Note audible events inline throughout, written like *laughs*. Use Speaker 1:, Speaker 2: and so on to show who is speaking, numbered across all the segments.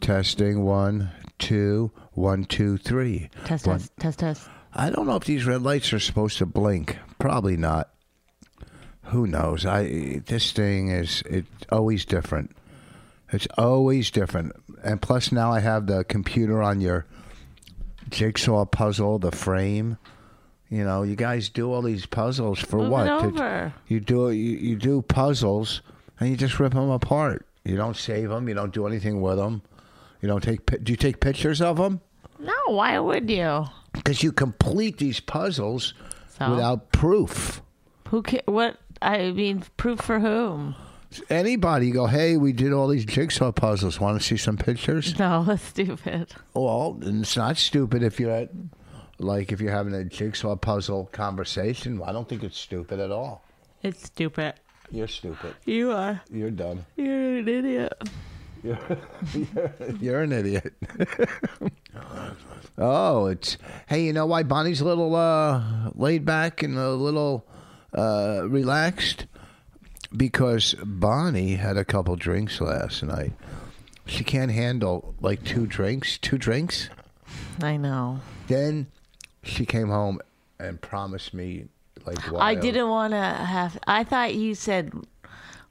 Speaker 1: Testing one, two, one, two, three.
Speaker 2: Test,
Speaker 1: One-
Speaker 2: test, test, test.
Speaker 1: I don't know if these red lights are supposed to blink. Probably not. Who knows? I this thing is it's always different. It's always different. And plus now I have the computer on your jigsaw puzzle, the frame. You know, you guys do all these puzzles for
Speaker 2: Move
Speaker 1: what?
Speaker 2: it
Speaker 1: To-
Speaker 2: over.
Speaker 1: you do you, you do puzzles and you just rip them apart. You don't save them. You don't do anything with them. You don't take. pi- Do you take pictures of them?
Speaker 2: No, why would you?
Speaker 1: Because you complete these puzzles
Speaker 2: So?
Speaker 1: without proof.
Speaker 2: Who ca- What? I mean, proof for whom? *laughs*
Speaker 1: Anybody you go, hey, we did all these jigsaw puzzles. Want to see some pictures?
Speaker 2: No, that's stupid.
Speaker 1: Well, it's not stupid if you're at, like, if you're having a jigsaw puzzle conversation. I don't think it's stupid at all.
Speaker 2: It's stupid.
Speaker 1: You're stupid.
Speaker 2: You are.
Speaker 1: You're dumb.
Speaker 2: You're an idiot.
Speaker 1: You're an idiot. *laughs* oh, it's hey, you know why Bonnie's a little uh, laid back and a little uh, relaxed? Because Bonnie had a couple drinks last night. She can't handle like two drinks, two drinks.
Speaker 2: I know.
Speaker 1: Then she came home and promised me like
Speaker 2: I
Speaker 1: wild-
Speaker 2: didn't want to have. I thought you said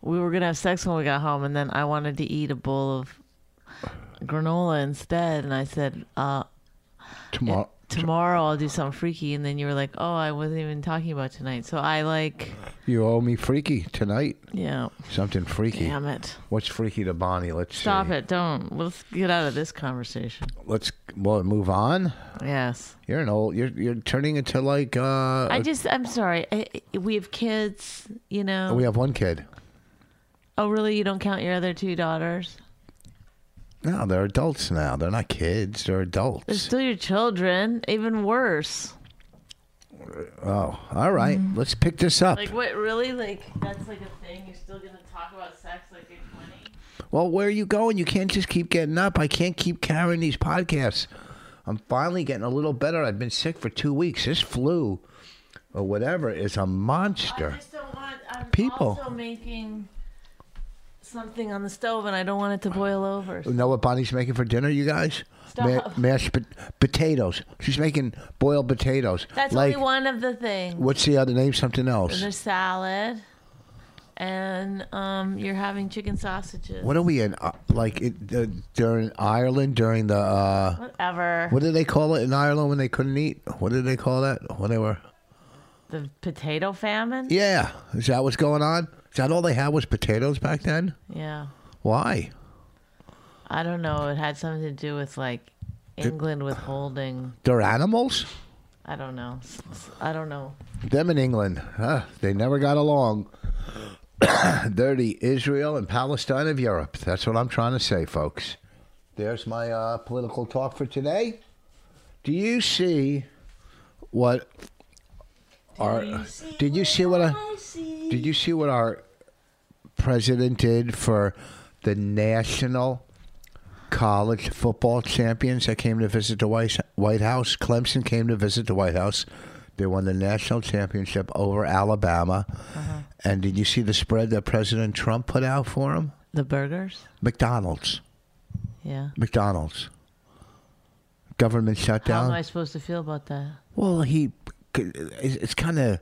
Speaker 2: we were gonna have sex when we got home, and then I wanted to eat a bowl of granola instead, and I said uh,
Speaker 1: tomorrow.
Speaker 2: tomorrow I'll do something freaky, and then you were like, oh, I wasn't even talking about tonight. So I like,
Speaker 1: You owe me freaky tonight.
Speaker 2: yeah,
Speaker 1: Something freaky.
Speaker 2: damn it.
Speaker 1: What's freaky to Bonnie? Let's
Speaker 2: Stop
Speaker 1: see.
Speaker 2: it. Don't. Let's get out of this conversation.
Speaker 1: Let's well move on.
Speaker 2: Yes.
Speaker 1: You're an old. You're you're turning into like. uh
Speaker 2: I just, I'm sorry. I, I- we have kids, you know.
Speaker 1: We have one kid.
Speaker 2: oh, really? You don't count your other two daughters?
Speaker 1: No, they're adults now. They're not kids. They're
Speaker 2: They're
Speaker 1: adults.
Speaker 2: still your children. Even worse.
Speaker 1: Oh, all right. Let's pick this up.
Speaker 2: Mm. Like, what, really? Like, that's like a thing? You're still going to talk about sex like you're 20?
Speaker 1: well, where are you going? You can't just keep getting up. I can't keep carrying these podcasts. I'm finally getting a little better. I've been sick for two weeks. This flu, or whatever, is a monster.
Speaker 2: I just don't want, I'm
Speaker 1: People.
Speaker 2: also making something on the stove and I don't want it to boil over.
Speaker 1: You know what Bonnie's making for dinner, you guys?
Speaker 2: Stop.
Speaker 1: mashed pot- potatoes. She's making boiled potatoes.
Speaker 2: That's
Speaker 1: like,
Speaker 2: only one of the things.
Speaker 1: What's the other name? Something else.
Speaker 2: There's salad, and um, you're having chicken sausages.
Speaker 1: What are we in? Uh, like it, uh, during Ireland during the uh,
Speaker 2: Whatever.
Speaker 1: what did they call it in Ireland when they couldn't eat? What did they call that? When they were
Speaker 2: The potato famine?
Speaker 1: yeah, is that what's going on? Is that all they had was potatoes back then?
Speaker 2: Yeah.
Speaker 1: Why?
Speaker 2: I don't know. It had something to do with like England withholding.
Speaker 1: They're animals.
Speaker 2: I don't know. S- s- I don't know.
Speaker 1: Them in England, huh, they never got along. *coughs* They're the Israel and Palestine of Europe. That's what I'm trying to say, folks. There's my uh, political talk for today. Do you see what our? Did you see what I? Did you see what our president did for the national college football champions that came to visit the White White House? Clemson came to visit the White House. They won the national championship over Alabama. And did you see the spread that President Trump put out for them?
Speaker 2: The burgers?
Speaker 1: McDonald's.
Speaker 2: Yeah.
Speaker 1: McDonald's. Government
Speaker 2: How
Speaker 1: shutdown.
Speaker 2: am I supposed to feel about that?
Speaker 1: Well, he, it's, it's kind of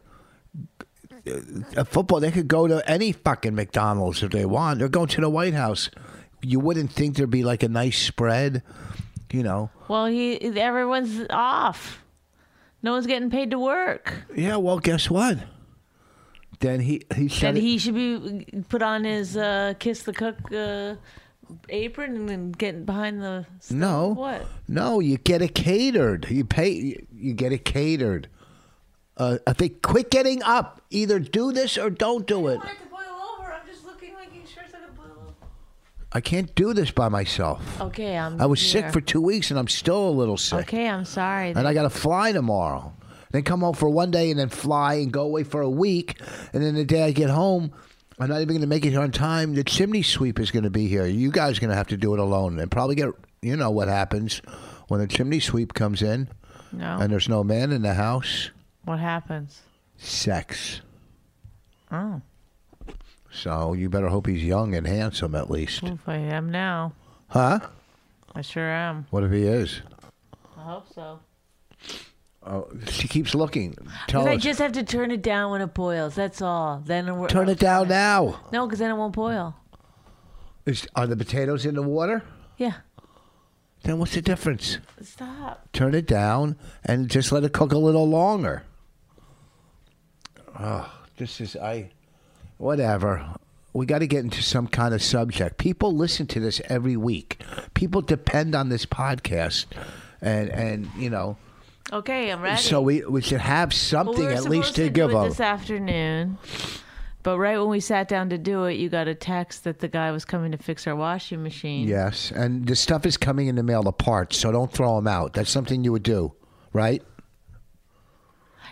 Speaker 1: a football. They could go to any fucking McDonald's if they want. They're going to the White House. You wouldn't think there'd be like a nice spread, you know?
Speaker 2: Well, he everyone's off. No one's getting paid to work.
Speaker 1: Yeah. Well, guess what? Then he he said
Speaker 2: And
Speaker 1: it-
Speaker 2: he should be put on his uh, kiss the cook uh, apron and then get behind the. stove.
Speaker 1: no
Speaker 2: What?
Speaker 1: no you get it catered you pay you, you get it catered. Uh, I think quit getting up. Either do this or don't do it.
Speaker 2: to boil over. I'm just looking, making sure it's gonna boil
Speaker 1: I can't do this by myself.
Speaker 2: over. Okay, I'm.
Speaker 1: I was
Speaker 2: here.
Speaker 1: sick for two weeks and I'm still a little sick.
Speaker 2: Okay, I'm sorry.
Speaker 1: and I got to fly tomorrow. Then come home for one day and then fly and go away for a week. And then the day I get home, I'm not even going to make it here on time. The chimney sweep is going to be here. You guys are going to have to do it alone and probably get, you know what happens when a chimney sweep comes in
Speaker 2: no.
Speaker 1: and there's no man in the house.
Speaker 2: what happens?
Speaker 1: Sex.
Speaker 2: Oh,
Speaker 1: So you better hope he's young and handsome at least.
Speaker 2: if I am now.
Speaker 1: Huh?
Speaker 2: I sure am.
Speaker 1: What if he is?
Speaker 2: I hope so.
Speaker 1: Oh, she keeps looking. Tell
Speaker 2: Because I
Speaker 1: us.
Speaker 2: just have to turn it down when it boils. That's all. Then we're,
Speaker 1: Turn it down now.
Speaker 2: No, because then it won't boil.
Speaker 1: Is, are the potatoes in the water?
Speaker 2: Yeah.
Speaker 1: Then what's the difference?
Speaker 2: Stop.
Speaker 1: turn it down and just let it cook a little longer. Oh, this is I whatever. We got to get into some kind of subject. People listen to this every week. People depend on this podcast and and you know,
Speaker 2: Okay, I'm ready.
Speaker 1: so we we should have
Speaker 2: Well, we
Speaker 1: something
Speaker 2: were
Speaker 1: at least
Speaker 2: supposed
Speaker 1: to,
Speaker 2: to
Speaker 1: give
Speaker 2: do it
Speaker 1: them.
Speaker 2: this afternoon. But right when we sat down to do it, you got a text that the guy was coming to fix our washing machine.
Speaker 1: Yes, and the stuff is coming in the mail apart, so don't throw them out. That's something you would do, right?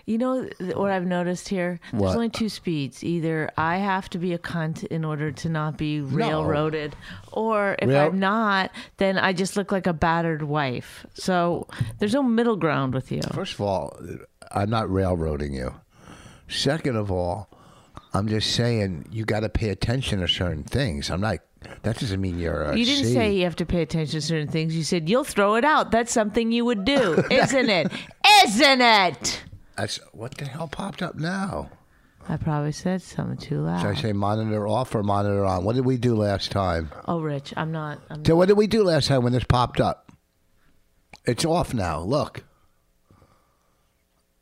Speaker 2: You know th- what I've noticed here?
Speaker 1: What?
Speaker 2: There's only two speeds. Either I have to be a cunt in order to not be railroaded, or if
Speaker 1: Rail-
Speaker 2: I'm not, then I just look like a battered wife. So there's no middle ground with you.
Speaker 1: First of all, I'm not railroading you. Second of all, I'm just saying you got to pay attention to certain things. I'm not. That doesn't mean you're. A
Speaker 2: You didn't
Speaker 1: C.
Speaker 2: say you have to pay attention to certain things. You said you'll throw it out. That's something you would
Speaker 1: *laughs*
Speaker 2: do, isn't it? Isn't it?
Speaker 1: That's what the hell popped up now.
Speaker 2: I probably said something too
Speaker 1: Did I
Speaker 2: loud.
Speaker 1: say monitor off or monitor on? What did we do last time?
Speaker 2: Oh, Rich, I'm not. I'm,
Speaker 1: So what did we do last time when this popped up? It's off now. Look.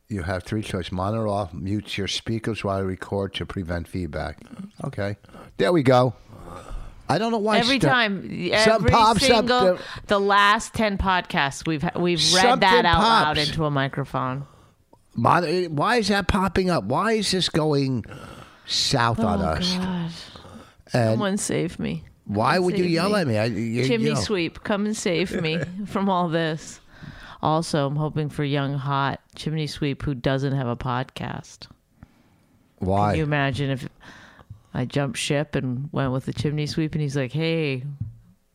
Speaker 1: You have three choices. Monitor off, mute your speakers while you record to prevent feedback. Okay. There we go. I don't know why
Speaker 2: every
Speaker 1: stu-
Speaker 2: time,
Speaker 1: Something
Speaker 2: every
Speaker 1: pops up
Speaker 2: single,
Speaker 1: to-
Speaker 2: the last ten podcasts we've ha- we've read
Speaker 1: Something
Speaker 2: that out loud
Speaker 1: pops.
Speaker 2: into a microphone.
Speaker 1: Mon- why is that popping up? Why is this going south
Speaker 2: Oh,
Speaker 1: on us?
Speaker 2: God.
Speaker 1: And
Speaker 2: Someone save me.
Speaker 1: why
Speaker 2: Come
Speaker 1: would you
Speaker 2: save
Speaker 1: yell
Speaker 2: me.
Speaker 1: at me? I, you,
Speaker 2: Chimney
Speaker 1: you know.
Speaker 2: sweep, come and
Speaker 1: *laughs*
Speaker 2: save me from all this. Also, I'm hoping for young, hot chimney sweep who doesn't have a podcast.
Speaker 1: Why?
Speaker 2: Can you imagine if I jumped ship and went with the chimney sweep and he's like, hey,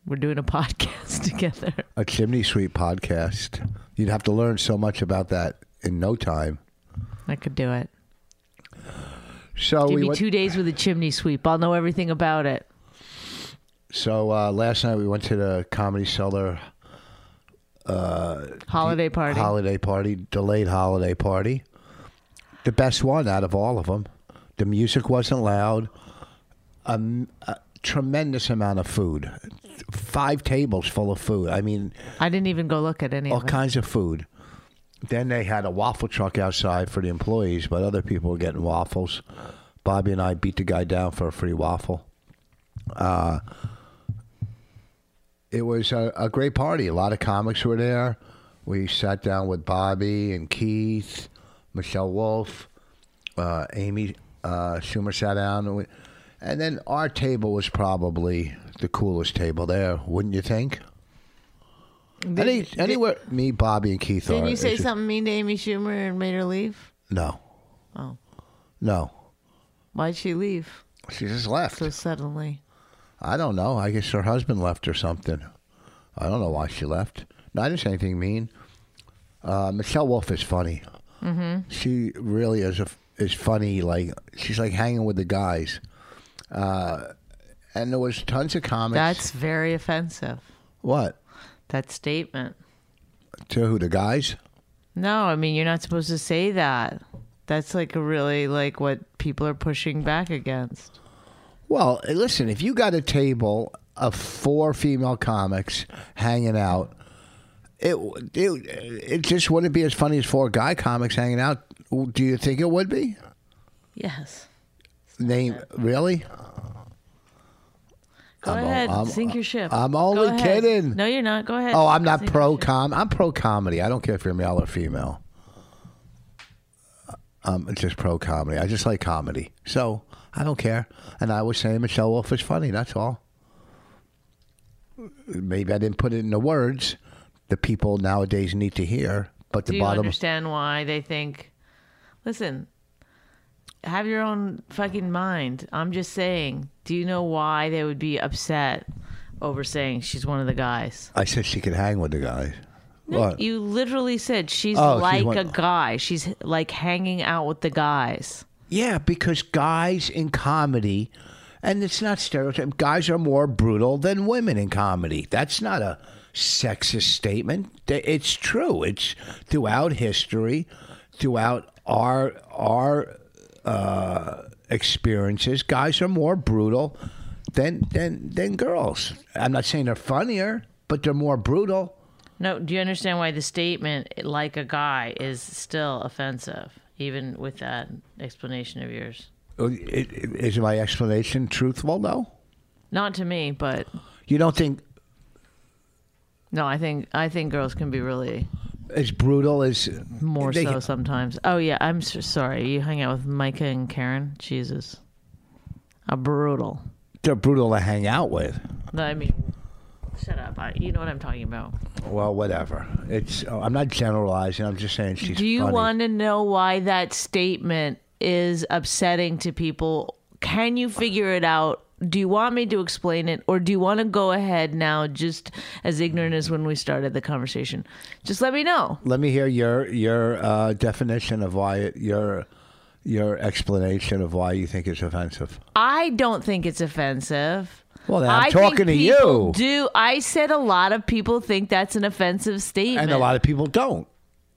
Speaker 2: we're doing a *laughs* podcast together?
Speaker 1: a chimney sweep podcast. You'd have to learn so much about that in no time.
Speaker 2: I could do it.
Speaker 1: So
Speaker 2: Give
Speaker 1: Oh, we
Speaker 2: me
Speaker 1: went,
Speaker 2: two days with a chimney sweep. I'll know everything about it.
Speaker 1: so uh, last night we went to the comedy cellar
Speaker 2: Holiday party.
Speaker 1: holiday party, delayed holiday party. The best one out of all of them. The music wasn't loud. Um, a tremendous amount of food. Five tables full of food. I mean,
Speaker 2: I didn't even go look at any
Speaker 1: all
Speaker 2: of it.
Speaker 1: kinds of food. Then they had a waffle truck outside for the employees, but other people were getting waffles. Bobby and I beat the guy down for a free waffle. Uh, it was a, a great party. A lot of comics were there. We sat down with Bobby and Keith, Michelle Wolf, uh, Amy uh, Schumer sat down. And, we, and then our table was probably the coolest table there, wouldn't you think? Any, anywhere, me, Bobby, and Keith are.
Speaker 2: Didn't you say
Speaker 1: it's-
Speaker 2: something mean to Amy Schumer and made her leave?
Speaker 1: No,
Speaker 2: Oh,
Speaker 1: no.
Speaker 2: why'd she leave
Speaker 1: She just left.
Speaker 2: so suddenly?
Speaker 1: I don't know. I guess her husband left or something. I don't know why she left. No, I didn't say anything mean. Uh, Michelle Wolf is funny. Mm-hmm. She really is a, is funny. Like she's like hanging with the guys. Uh, and there was tons of comics.
Speaker 2: That's very offensive.
Speaker 1: what
Speaker 2: That statement.
Speaker 1: to who the guys?
Speaker 2: No, I mean you're not supposed to say that. That's like a really like what people are pushing back against.
Speaker 1: Well, eh, listen, if you got a table of four female comics hanging out, it it, it just wouldn't be as funny as four guy comics hanging out. Do you think it would be?
Speaker 2: Yes.
Speaker 1: name really?
Speaker 2: Go
Speaker 1: I'm-
Speaker 2: ahead,
Speaker 1: I'm-
Speaker 2: sink your ship.
Speaker 1: I'm
Speaker 2: Go
Speaker 1: only
Speaker 2: ahead.
Speaker 1: kidding.
Speaker 2: No, you're not. Go ahead.
Speaker 1: Oh, I'm not
Speaker 2: Sink your
Speaker 1: pro
Speaker 2: ship.
Speaker 1: com. I'm pro comedy. I don't care if you're male or female. I'm just pro comedy. I just like comedy, so I don't care. And I was saying Michelle Wolf is funny. That's all. Maybe I didn't put it in the words that people nowadays need to hear. But the
Speaker 2: Do you
Speaker 1: bottom,
Speaker 2: understand why they think? Listen, have your own fucking mind. I'm just saying. Do you know why they would be upset over saying she's one of the guys?
Speaker 1: I said she could hang with the guys. What?
Speaker 2: You literally said she's
Speaker 1: Oh, she's
Speaker 2: like
Speaker 1: one-
Speaker 2: a guy. She's like hanging out with the guys.
Speaker 1: Yeah, because guys in comedy, and it's not stereotype. Guys are more brutal than women in comedy. That's not a sexist statement. Th- It's true. It's throughout history, throughout our our uh, experiences. Guys are more brutal than than than girls. I'm not saying they're funnier, but they're more brutal.
Speaker 2: No, do you understand why the statement like a guy is still offensive, even with that explanation of yours?
Speaker 1: Uh, i- i- Is my explanation truthful though?
Speaker 2: Not to me, but
Speaker 1: You don't think
Speaker 2: no, I think I think girls can be really
Speaker 1: as brutal as
Speaker 2: more
Speaker 1: they-
Speaker 2: so sometimes. Oh yeah, I'm so sorry. You hung out with Micah and Karen. Jesus, a brutal.
Speaker 1: they're brutal to hang out with.
Speaker 2: No, I mean, shut up. I, you know what I'm talking about.
Speaker 1: Well, whatever. It's oh, I'm not generalizing. I'm just saying she's.
Speaker 2: Do you
Speaker 1: funny.
Speaker 2: want to know why that statement is upsetting to people? Can you figure it out? Do you want me to explain it or do you want to go ahead now just as ignorant as when we started the conversation? Just let me know.
Speaker 1: Let me hear your your uh, definition of why it, your your explanation of why you think it's offensive.
Speaker 2: I don't think it's offensive.
Speaker 1: Well, then I'm
Speaker 2: I think
Speaker 1: talking to
Speaker 2: people
Speaker 1: you.
Speaker 2: Do I said a lot of people think that's an offensive statement?
Speaker 1: And a lot of people don't,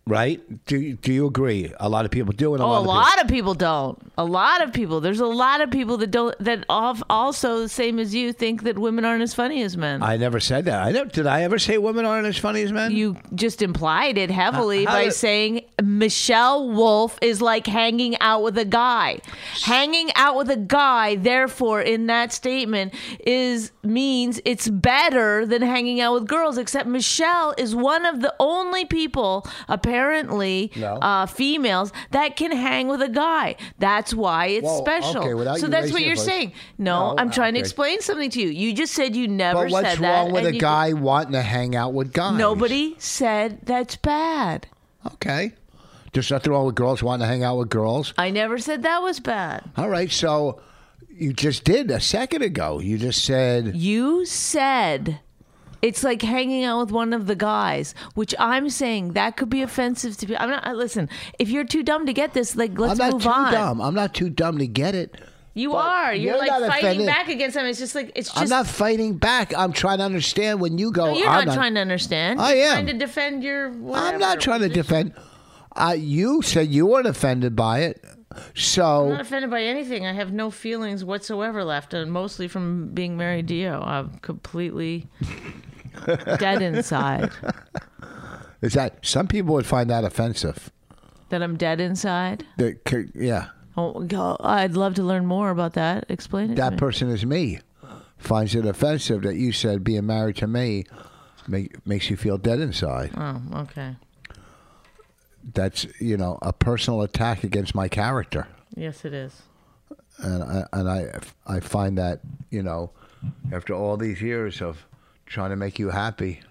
Speaker 1: right? Do you- do you agree? A lot of people do, and a
Speaker 2: Oh,
Speaker 1: lot
Speaker 2: a
Speaker 1: of
Speaker 2: lot of people don't. A lot of people. There's a lot of people that don't. That al- also, same as you, think that women aren't as funny as men.
Speaker 1: people. I never said that. I never, did. I ever say women aren't as funny as men?
Speaker 2: you just implied it heavily
Speaker 1: How- how
Speaker 2: by
Speaker 1: did-
Speaker 2: saying Michelle Wolf is like hanging out with a guy. Hanging out with a guy, therefore, in that statement is means it's better than hanging out with girls. Except Michelle is one of the only people, apparently,
Speaker 1: No.
Speaker 2: uh, females that can hang with a guy. That's why it's
Speaker 1: Well,
Speaker 2: special.
Speaker 1: okay, without
Speaker 2: so
Speaker 1: you
Speaker 2: that's
Speaker 1: raising
Speaker 2: what
Speaker 1: your
Speaker 2: you're
Speaker 1: voice.
Speaker 2: saying. No,
Speaker 1: No,
Speaker 2: I'm trying to
Speaker 1: okay.
Speaker 2: explain something to you. You just said you never
Speaker 1: but what's
Speaker 2: said that.
Speaker 1: wrong with
Speaker 2: and
Speaker 1: a
Speaker 2: you-
Speaker 1: guy wanting to hang out with guys?
Speaker 2: Nobody said that's bad.
Speaker 1: Okay. There's nothing wrong with girls wanting to hang out with girls.
Speaker 2: I never said that was bad.
Speaker 1: All right, so you just did a second ago. You just said
Speaker 2: You said it's like hanging out with one of the guys, which I'm saying that could be offensive to people. I'm not. I- Listen, if you're too dumb to get this, like let's
Speaker 1: I'm not
Speaker 2: move
Speaker 1: too
Speaker 2: on.
Speaker 1: dumb. I'm not too dumb to get it.
Speaker 2: You
Speaker 1: But
Speaker 2: are. You're,
Speaker 1: you're
Speaker 2: like
Speaker 1: not
Speaker 2: fighting
Speaker 1: offended.
Speaker 2: back against them. It's just like it's just.
Speaker 1: I'm not fighting back. I'm trying to understand when you go.
Speaker 2: you're
Speaker 1: I'm
Speaker 2: not, trying to understand.
Speaker 1: I
Speaker 2: You're
Speaker 1: am.
Speaker 2: trying to defend your. Whatever.
Speaker 1: I'm not trying to defend. Uh, you said you weren't offended by it,
Speaker 2: I'm
Speaker 1: so
Speaker 2: not offended by anything. I have no feelings whatsoever left, and mostly from being married to you, I'm
Speaker 1: *laughs*
Speaker 2: completely dead inside.
Speaker 1: is that some people would find that offensive?
Speaker 2: That I'm dead inside.
Speaker 1: That could- yeah,
Speaker 2: Oh, go- I'd love to learn more about that. Explain it. to
Speaker 1: that
Speaker 2: me.
Speaker 1: person is me. Finds it offensive that you said being married to me make, makes you feel dead inside.
Speaker 2: Oh, okay.
Speaker 1: That's you know a personal attack against my character.
Speaker 2: Yes, it is.
Speaker 1: and I, and I I find that you know after all these years of trying to make you happy.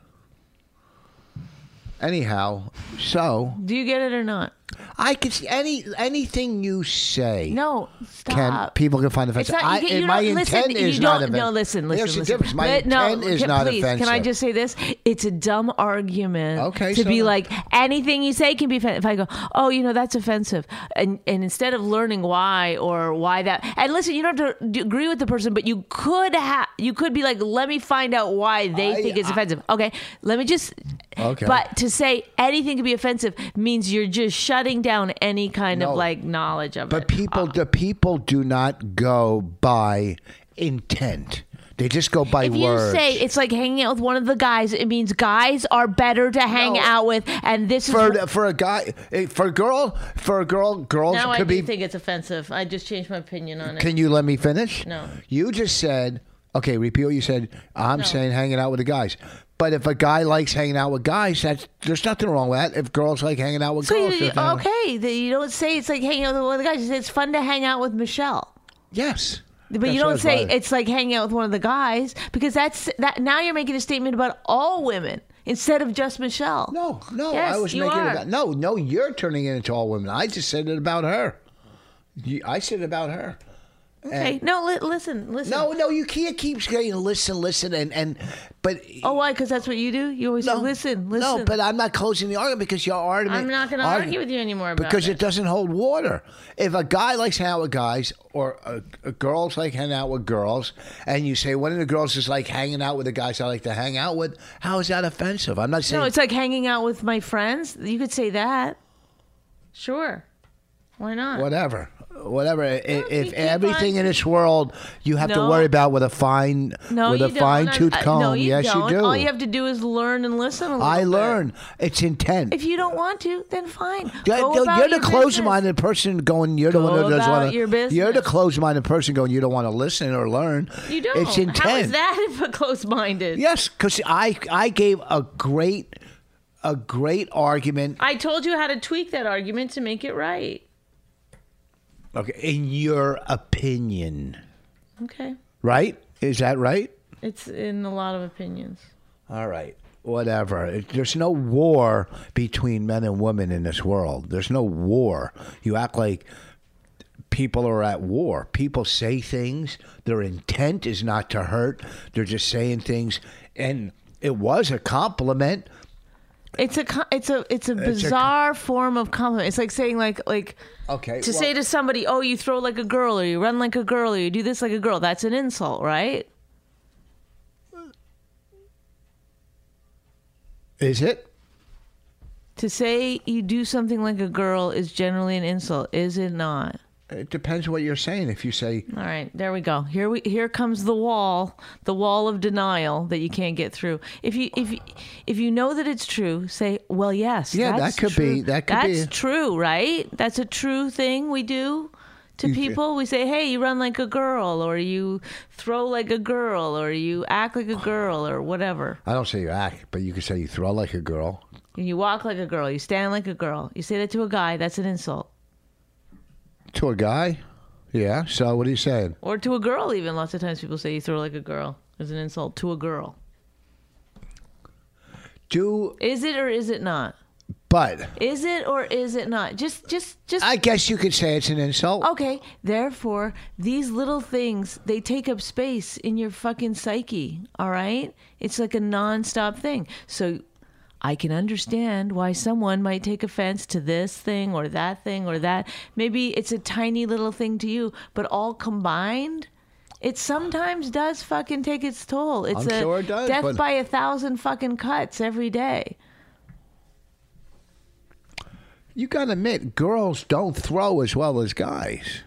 Speaker 1: Anyhow, so
Speaker 2: Do you get it or not?
Speaker 1: I can see any anything you say.
Speaker 2: No,
Speaker 1: Can
Speaker 2: stop.
Speaker 1: people can find
Speaker 2: it's
Speaker 1: offensive?
Speaker 2: not,
Speaker 1: I,
Speaker 2: you, get-
Speaker 1: and
Speaker 2: you
Speaker 1: my
Speaker 2: don't,
Speaker 1: intent
Speaker 2: listen,
Speaker 1: is
Speaker 2: you
Speaker 1: not
Speaker 2: don't,
Speaker 1: offensive.
Speaker 2: No, listen, listen,
Speaker 1: There's a
Speaker 2: listen.
Speaker 1: difference. My
Speaker 2: Let- no,
Speaker 1: intent is
Speaker 2: can,
Speaker 1: not
Speaker 2: please,
Speaker 1: offensive.
Speaker 2: Can I just say this? It's a dumb argument.
Speaker 1: Okay,
Speaker 2: To
Speaker 1: so
Speaker 2: be
Speaker 1: then-
Speaker 2: like anything you say can be offensive. If I go, oh, you know, that's offensive, and and instead of learning why or why that, and listen, you don't have to d- agree with the person, but you could have, you could be like, let me find out why they
Speaker 1: I-
Speaker 2: think it's
Speaker 1: I-
Speaker 2: offensive. Okay, let me just.
Speaker 1: Okay.
Speaker 2: But to say anything could be offensive means you're just shutting down any kind
Speaker 1: No.
Speaker 2: of like knowledge of it.
Speaker 1: But people, the people do not go by intent. They just go by
Speaker 2: If you
Speaker 1: words.
Speaker 2: say it's like hanging out with one of the guys, it means guys are better to hang
Speaker 1: No.
Speaker 2: out with, and this is
Speaker 1: for
Speaker 2: wh-
Speaker 1: for a guy, eh, for a girl, for a girl, girls
Speaker 2: now
Speaker 1: could
Speaker 2: I do
Speaker 1: be.
Speaker 2: think it's offensive. I just changed my opinion on it.
Speaker 1: can you let me finish?
Speaker 2: No.
Speaker 1: You just said okay. Repeat what you said. I'm saying hanging out with the guys. But if a guy likes hanging out with guys, that's there's nothing wrong with that. If girls like hanging out with
Speaker 2: so
Speaker 1: girls,
Speaker 2: you,
Speaker 1: there's nothing-
Speaker 2: okay, that you don't say it's like hanging out with one of the guys. You say it's fun to hang out with Michelle.
Speaker 1: yes.
Speaker 2: But
Speaker 1: That's
Speaker 2: you
Speaker 1: what
Speaker 2: don't
Speaker 1: it's
Speaker 2: say
Speaker 1: like.
Speaker 2: it's like hanging out with one of the guys because that's that. Now you're making a statement about all women instead of just Michelle.
Speaker 1: No, no,
Speaker 2: Yes,
Speaker 1: I was
Speaker 2: you
Speaker 1: making
Speaker 2: are.
Speaker 1: it about no, no. You're turning it into all women. I just said it about her. You, I said it about her.
Speaker 2: Okay. no. Li- listen. Listen.
Speaker 1: No, no, you can't keep saying listen, listen, and and but
Speaker 2: Oh, why? Because that's what you do. You always
Speaker 1: no,
Speaker 2: say, listen. Listen.
Speaker 1: No, but I'm not closing the argument because your argument.
Speaker 2: I'm not going to
Speaker 1: argu-
Speaker 2: argue with you anymore about
Speaker 1: because
Speaker 2: it.
Speaker 1: it doesn't hold water. If a guy likes hanging out with guys, or uh, uh, girls like hanging out with girls, and you say one of the girls is like hanging out with the guys I like to hang out with, how is that offensive? I'm not saying
Speaker 2: No, it's like hanging out with my friends. You could say that. Sure. Why not?
Speaker 1: whatever whatever I- if
Speaker 2: keep
Speaker 1: everything
Speaker 2: on-
Speaker 1: in this world you have to
Speaker 2: No.
Speaker 1: worry about with a fine
Speaker 2: No,
Speaker 1: with
Speaker 2: you
Speaker 1: a
Speaker 2: don't.
Speaker 1: fine
Speaker 2: I-
Speaker 1: tooth
Speaker 2: I-
Speaker 1: comb
Speaker 2: no, you
Speaker 1: yes
Speaker 2: don't.
Speaker 1: you do
Speaker 2: All you have to do is learn and listen. A little
Speaker 1: i
Speaker 2: bit.
Speaker 1: learn it's intent
Speaker 2: If you don't want to, then fine.
Speaker 1: Yeah,
Speaker 2: Go
Speaker 1: you're,
Speaker 2: about
Speaker 1: you're the
Speaker 2: your business.
Speaker 1: closed-minded person going. You're the
Speaker 2: Go
Speaker 1: one who doesn't
Speaker 2: about
Speaker 1: want
Speaker 2: your
Speaker 1: to. You're the
Speaker 2: business.
Speaker 1: closed-minded person going. You don't want to listen or learn.
Speaker 2: You don't.
Speaker 1: It's intent.
Speaker 2: How is that if a close-minded?
Speaker 1: Yes, because I I gave a great a great argument.
Speaker 2: I told you how to tweak that argument to make it right.
Speaker 1: Okay, in your opinion,
Speaker 2: Okay.
Speaker 1: right? Is that right?
Speaker 2: It's in a lot of opinions.
Speaker 1: All right. Whatever. It- There's no war between men and women in this world. There's no war. You act like people are at war. People say things. Their intent is not to hurt. They're just saying things. And it was a compliment.
Speaker 2: It's a co- it's a it's a bizarre form of compliment. It's like saying like like
Speaker 1: Okay.
Speaker 2: to say to somebody, "Oh, you throw like a girl, or you run like a girl, or you do this like a girl." That's an insult, right?
Speaker 1: is it?
Speaker 2: To say you do something like a girl is generally an insult, is it not?
Speaker 1: It depends what you're saying. If you say,
Speaker 2: All right, there we go. Here we here comes the wall, the wall of denial that you can't get through. If you if you, if you know that it's true, say, "Well, yes,
Speaker 1: Yeah, that
Speaker 2: that's
Speaker 1: could
Speaker 2: true.
Speaker 1: be- that could
Speaker 2: that's
Speaker 1: be-
Speaker 2: true, right? That's a true thing we do." To
Speaker 1: You th-
Speaker 2: people, we say, "Hey, you run like a girl, or you throw like a girl, or you act like a girl, or whatever."
Speaker 1: I don't say you act, but you can say you throw like a girl.
Speaker 2: And you walk like a girl, you stand like a girl. You say that to a guy, that's an insult.
Speaker 1: To a guy? Yeah. So what are you saying?
Speaker 2: Or to a girl, even. Lots of times people say you throw like a girl. It's an insult to a girl.
Speaker 1: Do,
Speaker 2: Is it or is it not?
Speaker 1: but
Speaker 2: Is it or is it not? Just, just, just.
Speaker 1: I guess you could say it's an insult.
Speaker 2: okay. Therefore, these little things, they take up space in your fucking psyche. All right? It's like a nonstop thing. So. I can understand why someone might take offense to this thing or that thing or that. Maybe it's a tiny little thing to you, but all combined, it sometimes does fucking take its toll. It's
Speaker 1: I'm
Speaker 2: a
Speaker 1: sure it does,
Speaker 2: death
Speaker 1: but-
Speaker 2: by a thousand fucking cuts every day.
Speaker 1: You gotta admit, girls don't throw as well as guys.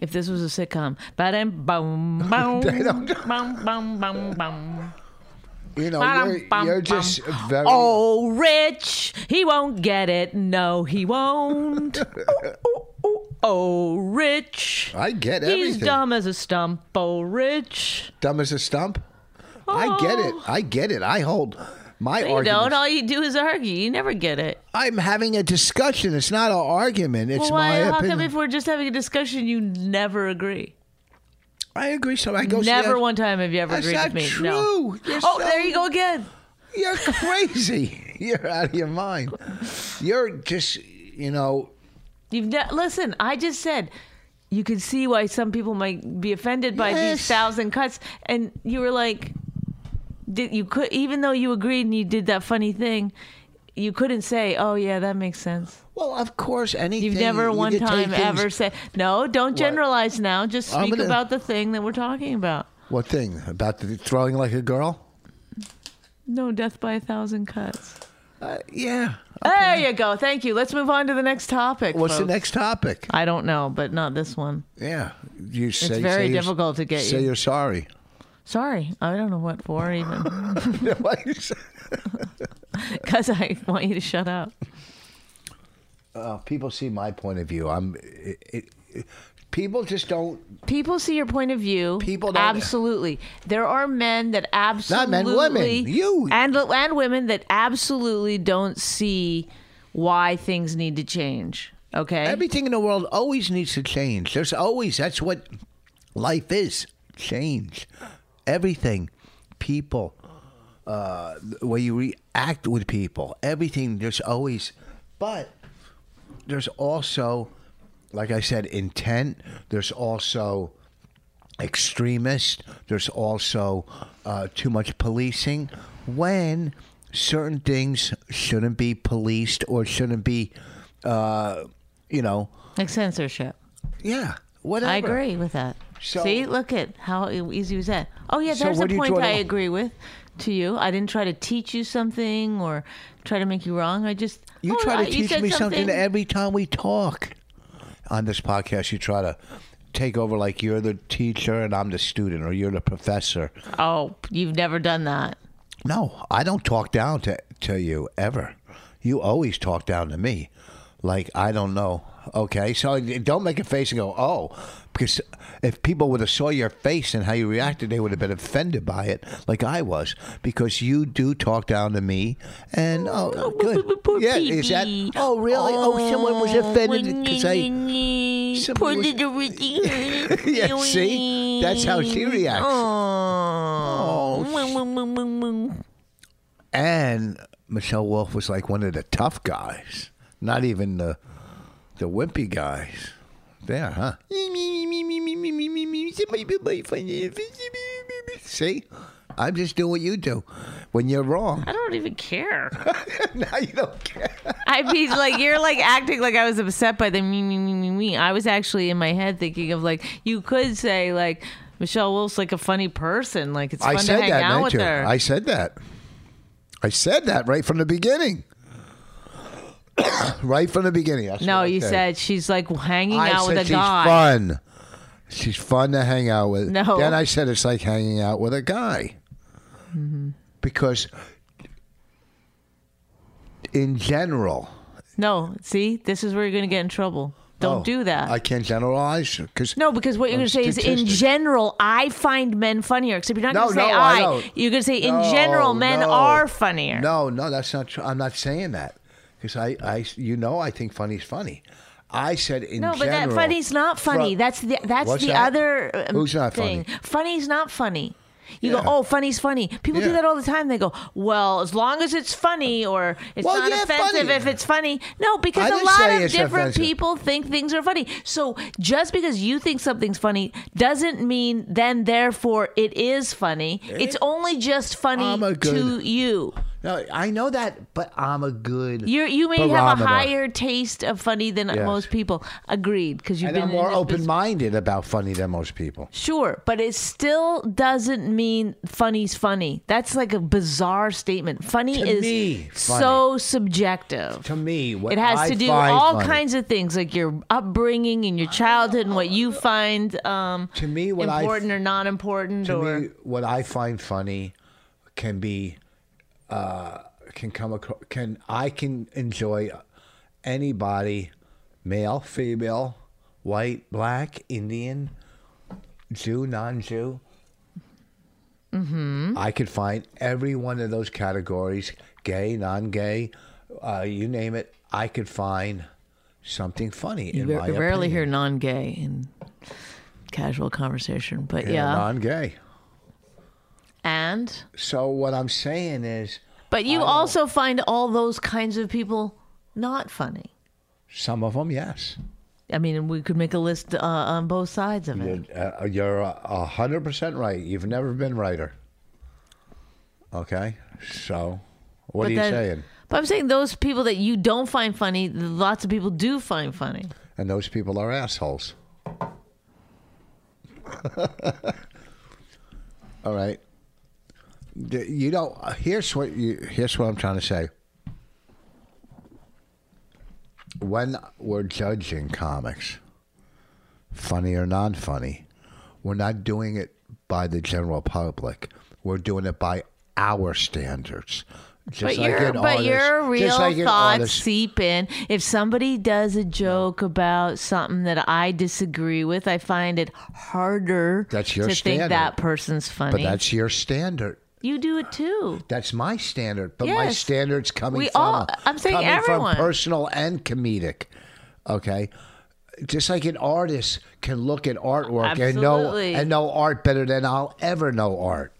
Speaker 2: If this was a sitcom,
Speaker 1: *laughs*
Speaker 2: ba-dum, bum, bum,
Speaker 1: They don't do-
Speaker 2: bum, bum, bum, bum.
Speaker 1: You know,
Speaker 2: Ba-dum,
Speaker 1: you're,
Speaker 2: bum,
Speaker 1: you're
Speaker 2: bum.
Speaker 1: just very.
Speaker 2: Oh, Rich, he won't get it. No, he
Speaker 1: *laughs*
Speaker 2: won't. Ooh, ooh, ooh. Oh, Rich.
Speaker 1: I get
Speaker 2: He's
Speaker 1: everything.
Speaker 2: dumb as a stump. Oh, Rich.
Speaker 1: Dumb as a stump. I get it. I get it. I hold my
Speaker 2: Oh. You don't.
Speaker 1: argument.
Speaker 2: All you do is argue. You never get it.
Speaker 1: I'm having a discussion. It's not an argument. It's
Speaker 2: well, why?
Speaker 1: my
Speaker 2: How come
Speaker 1: opinion.
Speaker 2: if we're just having a discussion, you never agree?
Speaker 1: I agree. So I go.
Speaker 2: never
Speaker 1: see
Speaker 2: one time have you ever
Speaker 1: That's
Speaker 2: agreed
Speaker 1: not
Speaker 2: with me.
Speaker 1: true.
Speaker 2: No.
Speaker 1: You're
Speaker 2: oh,
Speaker 1: so-
Speaker 2: there you go again.
Speaker 1: You're crazy. *laughs* you're out of your mind. You're just, you know.
Speaker 2: You've ne- listen. I just said you could see why some people might be offended by
Speaker 1: Yes.
Speaker 2: these thousand cuts, and you were like, did, you could even though you agreed and you did that funny thing, you couldn't say, "Oh yeah, that makes sense."
Speaker 1: Well, of course, anything.
Speaker 2: You've never
Speaker 1: you
Speaker 2: one
Speaker 1: could take
Speaker 2: time
Speaker 1: things-
Speaker 2: ever said, "No, don't generalize now. Just
Speaker 1: I'm
Speaker 2: speak
Speaker 1: gonna-
Speaker 2: about the thing that we're talking about."
Speaker 1: What thing about the throwing like a girl?
Speaker 2: No death by a thousand cuts.
Speaker 1: Uh, yeah.
Speaker 2: There you go. Thank you. Let's move on to the next topic.
Speaker 1: What's the
Speaker 2: folks.
Speaker 1: next topic?
Speaker 2: I don't know, but not this one.
Speaker 1: Yeah, you say
Speaker 2: very
Speaker 1: say you're-
Speaker 2: difficult to get
Speaker 1: Say
Speaker 2: you.
Speaker 1: you're
Speaker 2: *laughs*
Speaker 1: sorry. *laughs*
Speaker 2: Sorry, I don't know what for even
Speaker 1: Why you say-
Speaker 2: because I *laughs* want you to shut up.
Speaker 1: uh, people see my point of view. I'm. It, it, it- people just don't.
Speaker 2: People see your point of view.
Speaker 1: People don't-
Speaker 2: absolutely. There are men that absolutely
Speaker 1: men, women. You.
Speaker 2: and and women that absolutely don't see why things need to change. Okay.
Speaker 1: Everything in the world always needs to change. There's always that's what life is. Change. Everything. People. Uh, the way you react with people. Everything. There's always. But there's also, like I said, intent. There's also extremist. There's also uh, too much policing when certain things shouldn't be policed or shouldn't be, uh, you know,
Speaker 2: like censorship.
Speaker 1: yeah, whatever.
Speaker 2: I agree with that.
Speaker 1: So-
Speaker 2: See, look at how easy was that. Oh yeah,
Speaker 1: So
Speaker 2: there's a
Speaker 1: what do you
Speaker 2: point
Speaker 1: join
Speaker 2: I
Speaker 1: on?
Speaker 2: agree with to you. I didn't try to teach you something or try to make you wrong. I just
Speaker 1: You
Speaker 2: oh,
Speaker 1: try
Speaker 2: no,
Speaker 1: to
Speaker 2: you
Speaker 1: teach
Speaker 2: said
Speaker 1: me something. every time we talk on this podcast. You try to take over like you're the teacher and I'm the student or you're the professor.
Speaker 2: Oh, you've never done that.
Speaker 1: No, I don't talk down to, to you ever. You always talk down to me. Like, I don't know. Okay, so don't make a face and go, oh, because if people would have saw your face and how you reacted, they would have been offended by it, like I was, because you do talk down to me. And oh, good,
Speaker 2: Poor
Speaker 1: yeah, is that?
Speaker 2: baby.
Speaker 1: Oh, really? Oh, someone was offended
Speaker 2: Oh,
Speaker 1: because I.
Speaker 2: nee, Poor
Speaker 1: somebody was-
Speaker 2: little Ricky.
Speaker 1: *laughs* Yeah, see, that's how she reacts.
Speaker 2: Oh.
Speaker 1: and Michelle Wolf was like one of the tough guys, not even the the wimpy guys. There, huh? See, I'm just doing what you do when you're wrong. *laughs*
Speaker 2: I don't even care.
Speaker 1: now you don't care.
Speaker 2: I'd be like, you're like acting like I was upset by the me, me, me, me, me. I was actually in my head thinking of like, you could say like, Michelle Wolf's like a funny person. Like it's fun
Speaker 1: I
Speaker 2: to
Speaker 1: said
Speaker 2: hang
Speaker 1: that,
Speaker 2: out
Speaker 1: didn't
Speaker 2: with
Speaker 1: you?
Speaker 2: her.
Speaker 1: I said that. I said that right from the beginning. *coughs* right from the beginning. That's
Speaker 2: no,
Speaker 1: what I
Speaker 2: you said she's like hanging
Speaker 1: I
Speaker 2: out
Speaker 1: said
Speaker 2: with a
Speaker 1: she's
Speaker 2: guy.
Speaker 1: fun. She's fun to hang out with.
Speaker 2: No.
Speaker 1: Then I said it's like hanging out with a guy.
Speaker 2: Mm-hmm.
Speaker 1: Because in general,
Speaker 2: No, see, this is where you're gonna get in trouble. Don't
Speaker 1: Oh,
Speaker 2: do that.
Speaker 1: I can't generalize because
Speaker 2: no, because what you're
Speaker 1: I'm
Speaker 2: going to say is, in
Speaker 1: statistic.
Speaker 2: general, I find men funnier. Except you're not
Speaker 1: No,
Speaker 2: going to say
Speaker 1: no, I
Speaker 2: I.
Speaker 1: don't.
Speaker 2: You're going to say, in general, men are funnier.
Speaker 1: No, no, that's not true. I'm not saying that because I, I, you know, I think funny's funny. I said in
Speaker 2: No, but that
Speaker 1: general-
Speaker 2: funny's not funny.
Speaker 1: Fro-
Speaker 2: that's the that's
Speaker 1: What's
Speaker 2: the
Speaker 1: that?
Speaker 2: other um,
Speaker 1: Who's not
Speaker 2: thing.
Speaker 1: funny?
Speaker 2: Funny's not funny. You
Speaker 1: Yeah.
Speaker 2: go, oh, funny's funny. People do
Speaker 1: Yeah.
Speaker 2: that all the time. They go, well, as long as it's funny, or it's
Speaker 1: Well,
Speaker 2: not
Speaker 1: yeah,
Speaker 2: offensive
Speaker 1: funny.
Speaker 2: if it's funny. No,
Speaker 1: I
Speaker 2: because a
Speaker 1: didn't
Speaker 2: lot
Speaker 1: say
Speaker 2: of
Speaker 1: it's
Speaker 2: different
Speaker 1: offensive.
Speaker 2: people think things are funny. So just because you think something's funny doesn't mean then therefore it is funny. It's only just
Speaker 1: Eh? I'm
Speaker 2: funny
Speaker 1: a
Speaker 2: to
Speaker 1: good-
Speaker 2: you.
Speaker 1: No, I know that, but I'm a good.
Speaker 2: You you may have a
Speaker 1: barometer.
Speaker 2: higher taste of funny than
Speaker 1: Yes.
Speaker 2: most people. Agreed, because you've
Speaker 1: And
Speaker 2: been
Speaker 1: I'm
Speaker 2: in
Speaker 1: more
Speaker 2: this business-
Speaker 1: open-minded about funny than most people.
Speaker 2: Sure, but it still doesn't mean funny's funny. That's like a bizarre statement. Funny
Speaker 1: To
Speaker 2: is
Speaker 1: me,
Speaker 2: so subjective.
Speaker 1: To me, what
Speaker 2: it has
Speaker 1: I
Speaker 2: to do
Speaker 1: find
Speaker 2: all
Speaker 1: funny-
Speaker 2: kinds of things, like your upbringing and your childhood, and what you find um,
Speaker 1: To me, what I-
Speaker 2: important or not important,
Speaker 1: to
Speaker 2: or
Speaker 1: me, what I find funny can be uh, can come across. Can I can enjoy anybody, male, female, white, black, Indian, Jew, non-Jew. Mm-hmm. I could find every one of those categories: gay, non-gay, uh, you name it. I could find something funny.
Speaker 2: you
Speaker 1: in my
Speaker 2: ra- rarely
Speaker 1: opinion.
Speaker 2: hear non-gay in casual conversation. But yeah,
Speaker 1: non-gay.
Speaker 2: and
Speaker 1: So what I'm saying is
Speaker 2: but you also find all those kinds of people not funny.
Speaker 1: some of them, yes.
Speaker 2: I mean, we could make a list uh, on both sides of it.
Speaker 1: You're, uh, you're a hundred percent right. You've never been righter. Okay, so what are you
Speaker 2: then-
Speaker 1: saying?
Speaker 2: But I'm saying those people that you don't find funny, lots of people do find funny.
Speaker 1: And those people are assholes. *laughs* All right. D- You don't. Here's what you. Here's what I'm trying to say. when we're judging comics, funny or non funny, we're not doing it by the general public. We're doing it by our standards.
Speaker 2: But
Speaker 1: Just like
Speaker 2: your
Speaker 1: an
Speaker 2: but
Speaker 1: artist-
Speaker 2: your real
Speaker 1: just like an
Speaker 2: thoughts
Speaker 1: artist-
Speaker 2: seep in. If somebody does a joke about something that I disagree with, I find it harder
Speaker 1: That's your
Speaker 2: to think
Speaker 1: standard.
Speaker 2: that person's
Speaker 1: But
Speaker 2: funny.
Speaker 1: that's your standard.
Speaker 2: you do it too.
Speaker 1: That's my standard, but my
Speaker 2: Yes.
Speaker 1: standards coming
Speaker 2: We
Speaker 1: from
Speaker 2: all- I'm saying
Speaker 1: coming
Speaker 2: everyone.
Speaker 1: from personal and comedic. Okay, just like an artist can look at artwork and know
Speaker 2: Absolutely.
Speaker 1: and know art better than I'll ever know art.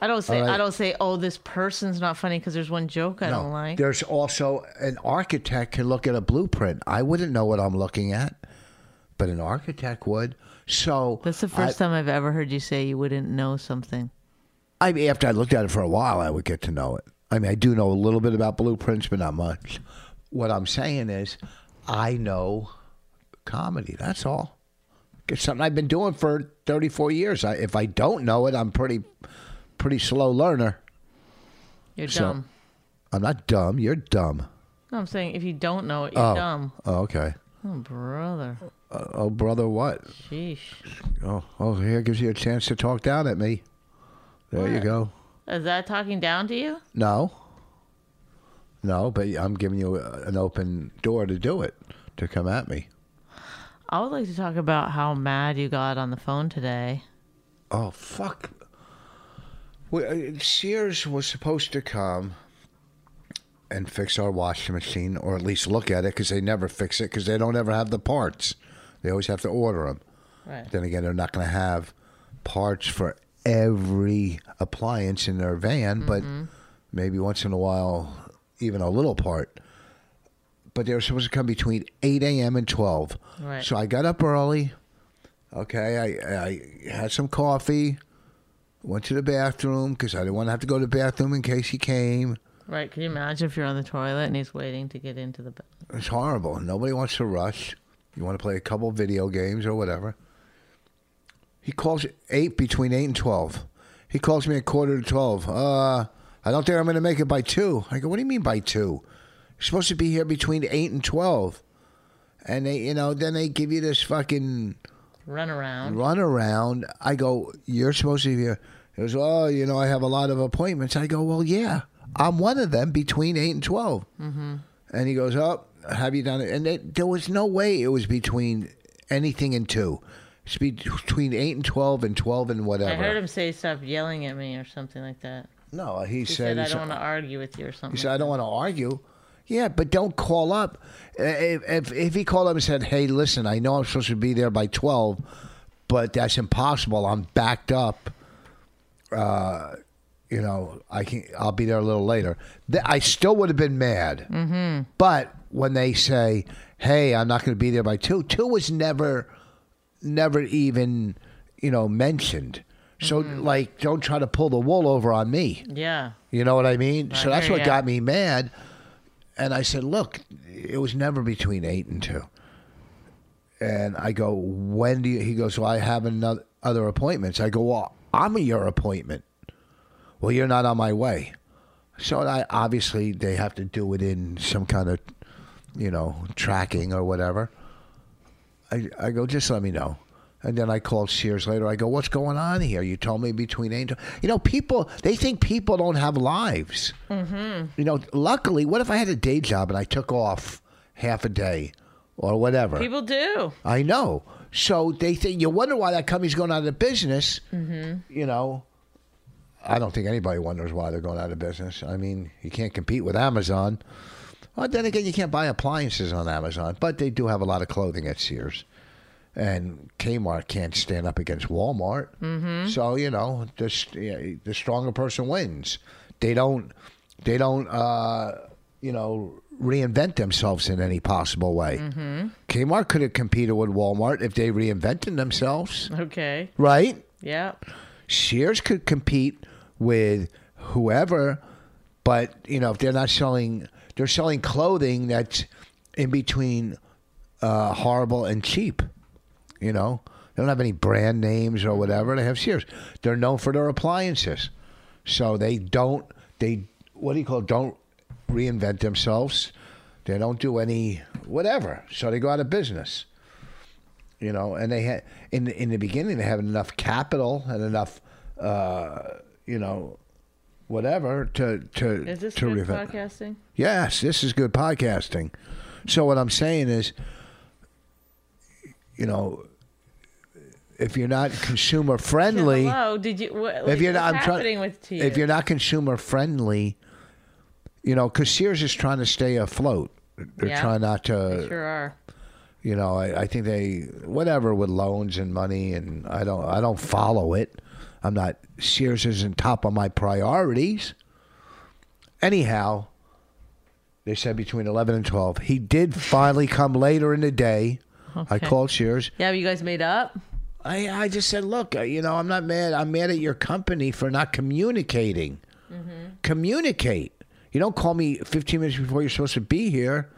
Speaker 2: I don't say
Speaker 1: All right.
Speaker 2: I don't say oh this person's not funny because there's one joke I don't like.
Speaker 1: There's also an architect can look at a blueprint. I wouldn't know what I'm looking at, but an architect would. So
Speaker 2: That's the first time I've ever heard you say you wouldn't know something.
Speaker 1: I mean, after I looked at it for a while, I would get to know it. I mean, I do know a little bit about blueprints, but not much. What I'm saying is, I know comedy. That's all. It's something I've been doing for 34 years. I, if I don't know it, I'm pretty, pretty slow learner.
Speaker 2: You're
Speaker 1: So-
Speaker 2: dumb.
Speaker 1: I'm not dumb. You're dumb.
Speaker 2: No, I'm saying if you don't know it, you're dumb.
Speaker 1: Oh, okay.
Speaker 2: Oh, brother.
Speaker 1: Uh, oh, brother, what?
Speaker 2: Sheesh.
Speaker 1: Oh, oh, here gives you a chance to talk down at me. There you go.
Speaker 2: Is that talking down to you?
Speaker 1: No. No, but I'm giving you a, an open door to do it, to come at me.
Speaker 2: I would like to talk about how mad you got on the phone today.
Speaker 1: Oh fuck! We, uh, Sears was supposed to come and fix our washing machine, or at least look at it, because they never fix it because they don't ever have the parts. They always have to order them.
Speaker 2: Right.
Speaker 1: Then again, they're not going to have parts for every appliance in their van, but maybe once in a while, even a little part. But they were supposed to come between 8 a.m. and 12.
Speaker 2: Right.
Speaker 1: So I got up early. Okay, I, I had some coffee, went to the bathroom because I didn't want to have to go to the bathroom in case he came.
Speaker 2: Right. Can you imagine if you're on the toilet and he's waiting to get into the bed?
Speaker 1: It's horrible. Nobody wants to rush. You want to play a couple video games or whatever. He calls it eight between eight and twelve. He calls me a quarter to twelve. Uh, I don't think I'm going to make it by two. I go, what do you mean by two? You're supposed to be here between eight and twelve, and they, you know, then they give you this fucking
Speaker 2: Run around.
Speaker 1: run around. I go, you're supposed to be here. He goes, oh, you know, I have a lot of appointments. I go, well, yeah, I'm one of them between eight and 12 Mm-hmm. And he goes, oh, have you done it? And it, there was no way it was between anything and two. It's be- between eight and twelve and twelve and whatever.
Speaker 2: I heard him say, "Stop yelling at me" or something like that.
Speaker 1: No, he,
Speaker 2: He said, "I
Speaker 1: he
Speaker 2: don't want to argue with you" or something.
Speaker 1: He said, I don't want to argue. Yeah, but don't call up. If, if, if he called up and said, hey, listen, I know I'm supposed to be there by 12, but that's impossible. I'm backed up. Uh, you know, I can, I'll be there a little later. Th- I still would have been mad. Mm-hmm. But when they say, hey, I'm not going to be there by 2, 2 was never, never even, you know, mentioned. So, like, don't try to pull the wool over on me.
Speaker 2: Yeah.
Speaker 1: You know what I mean? so that's
Speaker 2: hear
Speaker 1: what
Speaker 2: ya.
Speaker 1: got me mad. And I said, look, it was never between eight and two. And I go, when do you? He goes, well, I have another other appointments. I go, well, I'm your appointment. Well, you're not on my way. So I obviously they have to do it in some kind of, you know, tracking or whatever. I, I go, just let me know. And then I called Sears later. I go, what's going on here? You told me between eight and tw-" You know, people, they think people don't have lives. Mm-hmm. You know, luckily, what if I had a day job and I took off half a day or whatever?
Speaker 2: People do.
Speaker 1: I know. So they think, you wonder why that company's going out of business. Mm-hmm. You know, I don't think anybody wonders why they're going out of business. I mean, you can't compete with Amazon. Well, then again, you can't buy appliances on Amazon, but they do have a lot of clothing at Sears. And Kmart can't stand up against Walmart. Mm-hmm. So, you know, the, s- yeah, the stronger person wins. They don't, they don't, uh, you know, reinvent themselves in any possible way. Mm-hmm. Kmart could have competed with Walmart if they reinvented themselves,
Speaker 2: Okay.
Speaker 1: right?
Speaker 2: Yeah.
Speaker 1: Sears could compete with whoever, but you know if they're not selling, they're selling clothing that's in between uh, horrible and cheap. You know, they don't have any brand names or whatever. They have Sears. They're known for their appliances, so they don't. They what do you call it? don't reinvent themselves. They don't do any whatever, so they go out of business. You know, and they had in the- in the beginning they had enough capital and enough, uh, you know, whatever to to
Speaker 2: Is this
Speaker 1: to
Speaker 2: good
Speaker 1: revi-
Speaker 2: podcasting?
Speaker 1: Yes, this is good podcasting. So what I'm saying is, you know, if you're not consumer friendly,
Speaker 2: Hello, did you? What,
Speaker 1: if you're not,
Speaker 2: what's
Speaker 1: I'm trying-
Speaker 2: happening with you?
Speaker 1: if you're not consumer friendly, you know, because Sears is trying to stay afloat. They're
Speaker 2: Yeah.
Speaker 1: trying not
Speaker 2: They
Speaker 1: to,
Speaker 2: sure are.
Speaker 1: you know. I, I think they whatever with loans and money, and I don't, I don't follow it. I'm not Sears isn't top of my priorities. Anyhow, they said between eleven and twelve. He did finally come later in the day. I
Speaker 2: Okay.
Speaker 1: called Sears.
Speaker 2: Yeah, but you guys made up.
Speaker 1: I, I just said, look, uh, you know, I'm not mad. I'm mad at your company for not communicating. Communicate. You don't call me 15 minutes before you're supposed to be here.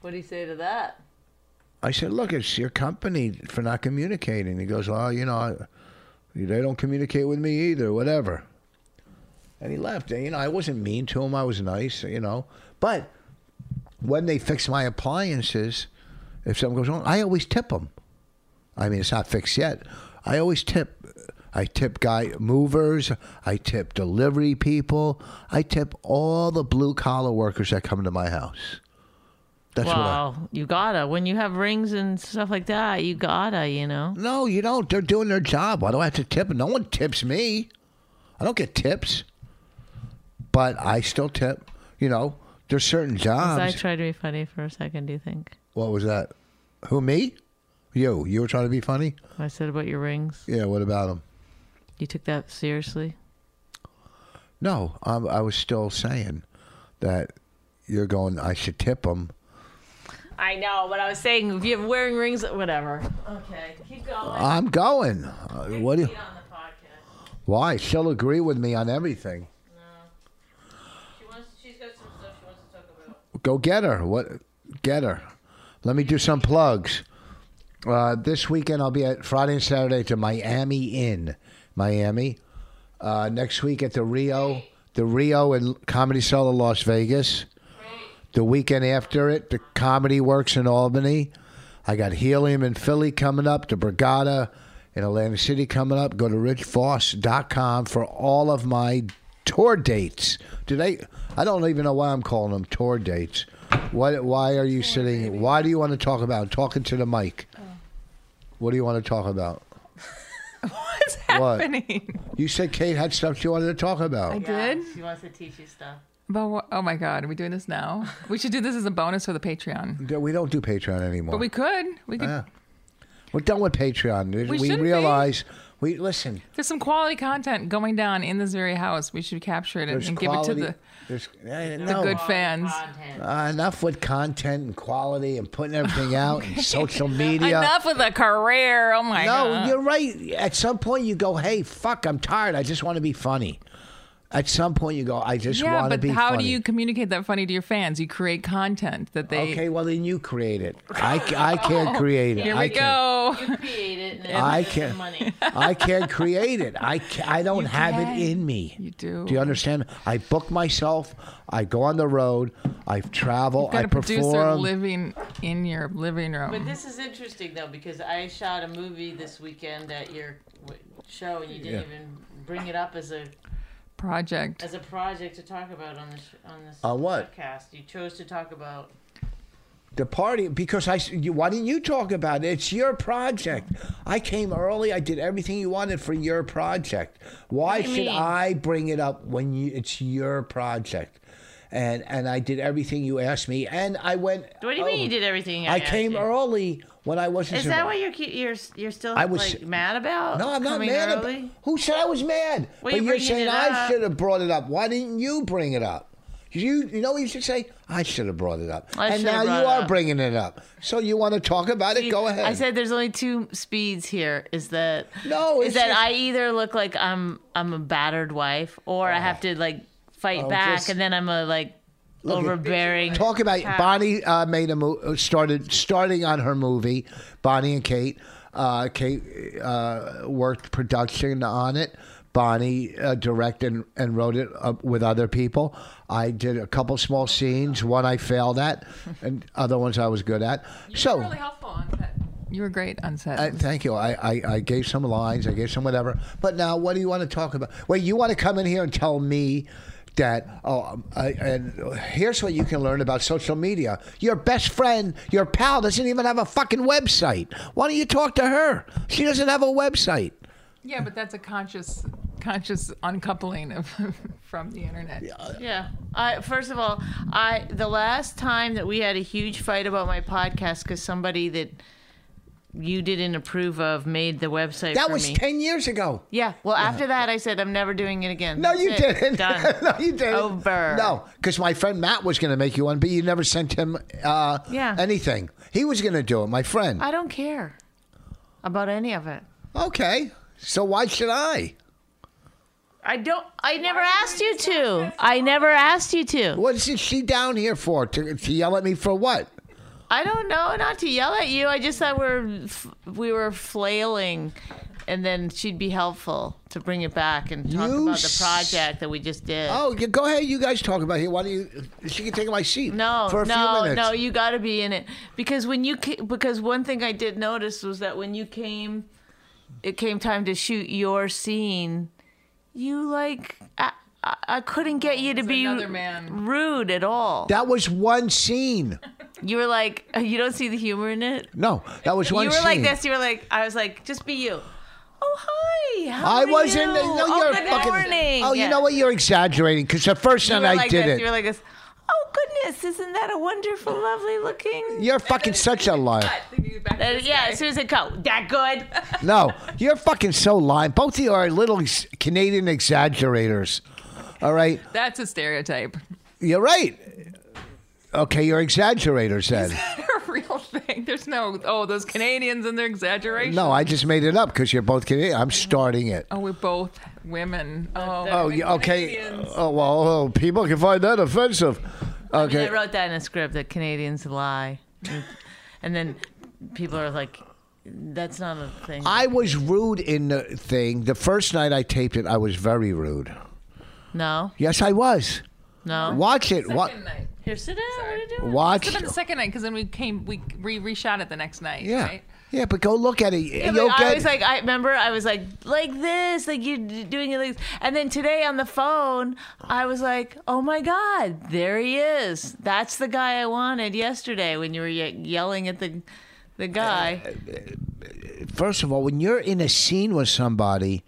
Speaker 2: What do you say to that?
Speaker 1: I said, look, it's your company for not communicating. He goes, well, you know, I, they don't communicate with me either, whatever. And he left. And, you know, I wasn't mean to him. I was nice, you know. But when they fix my appliances, if something goes wrong, I always tip them. I mean, it's not fixed yet. I always tip. I tip guy movers. I tip delivery people. I tip all the blue collar workers that come to my house. That's what I.
Speaker 2: Well, you gotta. When you have rings and stuff like that, you gotta, you know?
Speaker 1: No, you don't. They're doing their job. Why do I have to tip? No one tips me. I don't get tips, but I still tip. You know, there's certain
Speaker 2: So I
Speaker 1: jobs.
Speaker 2: tried to be funny for a second, do you think?
Speaker 1: what was that? Who me? You? You were trying to be funny?
Speaker 2: What I said about your rings.
Speaker 1: Yeah. What about him?
Speaker 2: You took that seriously?
Speaker 1: No, um, I was still saying that you're going. I should tip him.
Speaker 2: I know, but I was saying if you're wearing rings, whatever. Okay, keep going.
Speaker 1: I'm going. Uh, what do you?
Speaker 2: on the podcast.
Speaker 1: Why? She'll agree with me on everything.
Speaker 2: She wants, she's got some stuff she wants to talk about.
Speaker 1: go get her. What? Get her. Let me do some plugs. Uh, this weekend I'll be at Friday and Saturday at the Miami Inn, Miami. Uh, next week at the Rio, the Rio and Comedy Cellar, Las Vegas. The weekend after it, the Comedy Works in Albany. I got Helium in Philly coming up. The Brigada in Atlantic City coming up. Go to richfoss.com for all of my tour dates. Do they? I don't even know why I'm calling them tour dates. What? Why are you sitting? Why do you want to talk about talking to the mic? What do you want to talk about?
Speaker 2: What's
Speaker 1: What?
Speaker 3: happening? *laughs*
Speaker 1: You said Kate had stuff you wanted to talk about.
Speaker 3: I did.
Speaker 2: She wants to teach you stuff.
Speaker 3: But what, oh my God, are we doing this now? We should do this as a bonus for the Patreon.
Speaker 1: Yeah, We don't do Patreon anymore.
Speaker 3: But we could. We could.
Speaker 1: Yeah. We're done with Patreon. We,
Speaker 3: We shouldn't be.
Speaker 1: realize we listen.
Speaker 3: There's some quality content going down in this very house. We should capture it and,
Speaker 1: There's
Speaker 3: and give it
Speaker 1: quality.
Speaker 3: to the,
Speaker 1: there's eh,
Speaker 3: the
Speaker 1: no.
Speaker 3: good fans.
Speaker 1: Uh, enough with content and quality and putting everything out
Speaker 3: *laughs*
Speaker 1: and social media.
Speaker 3: Enough with the career. Oh my
Speaker 1: No,
Speaker 3: God.
Speaker 1: you're right. At some point, you go, "Hey, fuck, I'm tired. I just want to be funny." At some point, you go, "I just
Speaker 3: yeah,
Speaker 1: want to
Speaker 3: but
Speaker 1: be
Speaker 3: how
Speaker 1: funny."
Speaker 3: do you communicate that funny to your fans? You create content that they.
Speaker 1: Okay, well then you create it. I, c-
Speaker 3: *laughs*
Speaker 1: I can't create it.
Speaker 3: Oh, Here
Speaker 1: I
Speaker 3: we
Speaker 1: can't, *laughs*
Speaker 3: go.
Speaker 2: Create it and
Speaker 1: I can't.
Speaker 2: money.
Speaker 1: I can't create it. I ca I don't have
Speaker 3: can.
Speaker 1: it in me.
Speaker 3: You do.
Speaker 1: Do you understand? I book myself. I go on the road. I travel.
Speaker 3: Got
Speaker 1: I
Speaker 3: a producer
Speaker 1: perform.
Speaker 3: living in your living room.
Speaker 2: But this is interesting though because I shot a movie this weekend at your w- show and you didn't even bring it up as a
Speaker 3: project.
Speaker 2: as a project to talk about on this on this
Speaker 1: On what?
Speaker 2: podcast. You chose to talk about
Speaker 1: the party because I. s- You, why didn't you talk about it? It's your project. I came early. I did everything you wanted for your project. Why
Speaker 2: do
Speaker 1: should
Speaker 2: you mean?
Speaker 1: I bring it up when you, it's your project? And and I did everything you asked me. And I went.
Speaker 2: What do you mean you
Speaker 1: over.
Speaker 2: did everything? I,
Speaker 1: Oh. I
Speaker 2: asked
Speaker 1: came
Speaker 2: you?
Speaker 1: early when I wasn't.
Speaker 2: Is that
Speaker 1: surprised.
Speaker 2: what you're ke- you're you're still
Speaker 1: I was-
Speaker 2: like mad about?
Speaker 1: No, I'm not
Speaker 2: coming
Speaker 1: mad. ab-
Speaker 2: early?
Speaker 1: who said I was mad? but
Speaker 2: Well, you're
Speaker 1: you're
Speaker 2: bringing
Speaker 1: saying
Speaker 2: it
Speaker 1: I
Speaker 2: up.
Speaker 1: should have brought it up. Why didn't you bring it up? You, you know, what you should say I should have brought it up.
Speaker 2: I
Speaker 1: and
Speaker 2: should have
Speaker 1: now you
Speaker 2: brought it
Speaker 1: are
Speaker 2: up.
Speaker 1: bringing it up. So you want to talk about it? Go ahead.
Speaker 2: I said there's only two speeds here. Is that
Speaker 1: No,
Speaker 2: Is
Speaker 1: it's
Speaker 2: that
Speaker 1: just-
Speaker 2: I either look like I'm I'm a battered wife, or I have to like fight
Speaker 1: Oh,
Speaker 2: back,
Speaker 1: just-
Speaker 2: and then I'm a like
Speaker 1: at-
Speaker 2: overbearing.
Speaker 1: talk about Bonnie uh, made a mo- started starting on her movie, Bonnie and Kate. Uh, Kate uh, worked production on it. Bonnie uh, directed and, and wrote it uh, with other people. I did a couple small scenes. One I failed at, and other ones I was good at. so
Speaker 3: helpful on set. You were great on set.
Speaker 1: I, thank you. I, I, I gave some lines. I gave some whatever. But now, what do you want to talk about? Wait, you want to come in here and tell me that? Oh, um, I, and here's what you can learn about social media. Your best friend, your pal, doesn't even have a fucking website. Why don't you talk to her? She doesn't have a website.
Speaker 3: yeah, but that's a conscious, conscious uncoupling of *laughs* from the internet.
Speaker 2: Yeah. I first of all, I the last time that we had a huge fight about my podcast because somebody that you didn't approve of made the website
Speaker 1: That
Speaker 2: for
Speaker 1: was
Speaker 2: me.
Speaker 1: ten years ago.
Speaker 2: yeah. Well, after that, I said I'm never doing it again.
Speaker 1: No,
Speaker 2: That's
Speaker 1: you
Speaker 2: it.
Speaker 1: didn't.
Speaker 2: Done.
Speaker 1: *laughs* no, you didn't.
Speaker 2: Over.
Speaker 1: No, because my friend Matt was going to make you one, but you never sent him uh,
Speaker 2: Yeah.
Speaker 1: anything. He was going to do it, my friend.
Speaker 2: I don't care about any of it.
Speaker 1: okay, so why should I?
Speaker 2: I don't. I never asked you to. I never asked you to.
Speaker 1: What is she down here for? To, to yell at me for what?
Speaker 2: I don't know. Not to yell at you. I just thought we were f- we were flailing, and then she'd be helpful to bring it back and talk
Speaker 1: You
Speaker 2: about the
Speaker 1: s-
Speaker 2: project that we just did.
Speaker 1: Oh, you, go ahead. You guys talk about it. Why don't you? She can take my seat.
Speaker 2: No,
Speaker 1: for a
Speaker 2: no,
Speaker 1: few minutes.
Speaker 2: no. You got to be in it because when you ca- because one thing I did notice was that when you came, it came time to shoot your scene. You like I, I, I couldn't get you to be
Speaker 3: another man.
Speaker 2: rude at all.
Speaker 1: That was one scene.
Speaker 2: You were like you don't see the humor in it.
Speaker 1: No, that was one
Speaker 2: you were
Speaker 1: scene.
Speaker 2: like this. You were like I was like just be you. Oh hi. How
Speaker 1: I
Speaker 2: are
Speaker 1: wasn't.
Speaker 2: You?
Speaker 1: No,
Speaker 2: oh,
Speaker 1: you're
Speaker 2: good
Speaker 1: fucking.
Speaker 2: morning.
Speaker 1: Oh,
Speaker 2: Yeah.
Speaker 1: you know what? You're exaggerating because the first
Speaker 2: You
Speaker 1: time
Speaker 2: were
Speaker 1: I
Speaker 2: like
Speaker 1: did
Speaker 2: this.
Speaker 1: it,
Speaker 2: You were like this. Oh goodness, isn't that a wonderful, lovely looking?
Speaker 1: you're fucking such
Speaker 2: *laughs*
Speaker 1: a liar.
Speaker 2: Uh, yeah, as soon as it go,
Speaker 1: *laughs*
Speaker 2: that good.
Speaker 1: No, you're fucking so lying. Both of you are little ex- Canadian exaggerators. All right,
Speaker 3: That's a stereotype. *laughs*
Speaker 1: you're right. Okay, you're exaggerators then.
Speaker 3: a real thing. There's no oh those Canadians and their exaggeration.
Speaker 1: No, I just made it up because you're both Canadian. I'm starting it.
Speaker 3: Oh, we're both women. Oh,
Speaker 1: Oh,
Speaker 3: we're
Speaker 1: yeah, okay.
Speaker 3: Canadians.
Speaker 1: Oh, well, oh, people can find that offensive. Okay.
Speaker 2: I wrote that in a script that Canadians lie, and then people are like, "That's not a thing."
Speaker 1: I was rude in the thing. The first night I taped it, I was very rude.
Speaker 2: no,
Speaker 1: Yes, I was.
Speaker 2: no.
Speaker 1: Watch it. Wa-
Speaker 3: Second night.
Speaker 2: Here, sit down. What are you doing?
Speaker 3: It
Speaker 1: watch.
Speaker 3: could have been Oh. the second night because then we came, we re reshot it the next night.
Speaker 1: Yeah.
Speaker 3: Right?
Speaker 1: Yeah, but go look at it.
Speaker 2: Yeah,
Speaker 1: You'll
Speaker 2: but I
Speaker 1: get.
Speaker 2: was like, I remember I was like, like this, like you d- doing it like this. And then today on the phone, I was like, oh my God, there he is. That's the guy I wanted yesterday when you were ye- yelling at the the
Speaker 1: Uh,
Speaker 2: guy.
Speaker 1: first of all, when you're in a scene with somebody,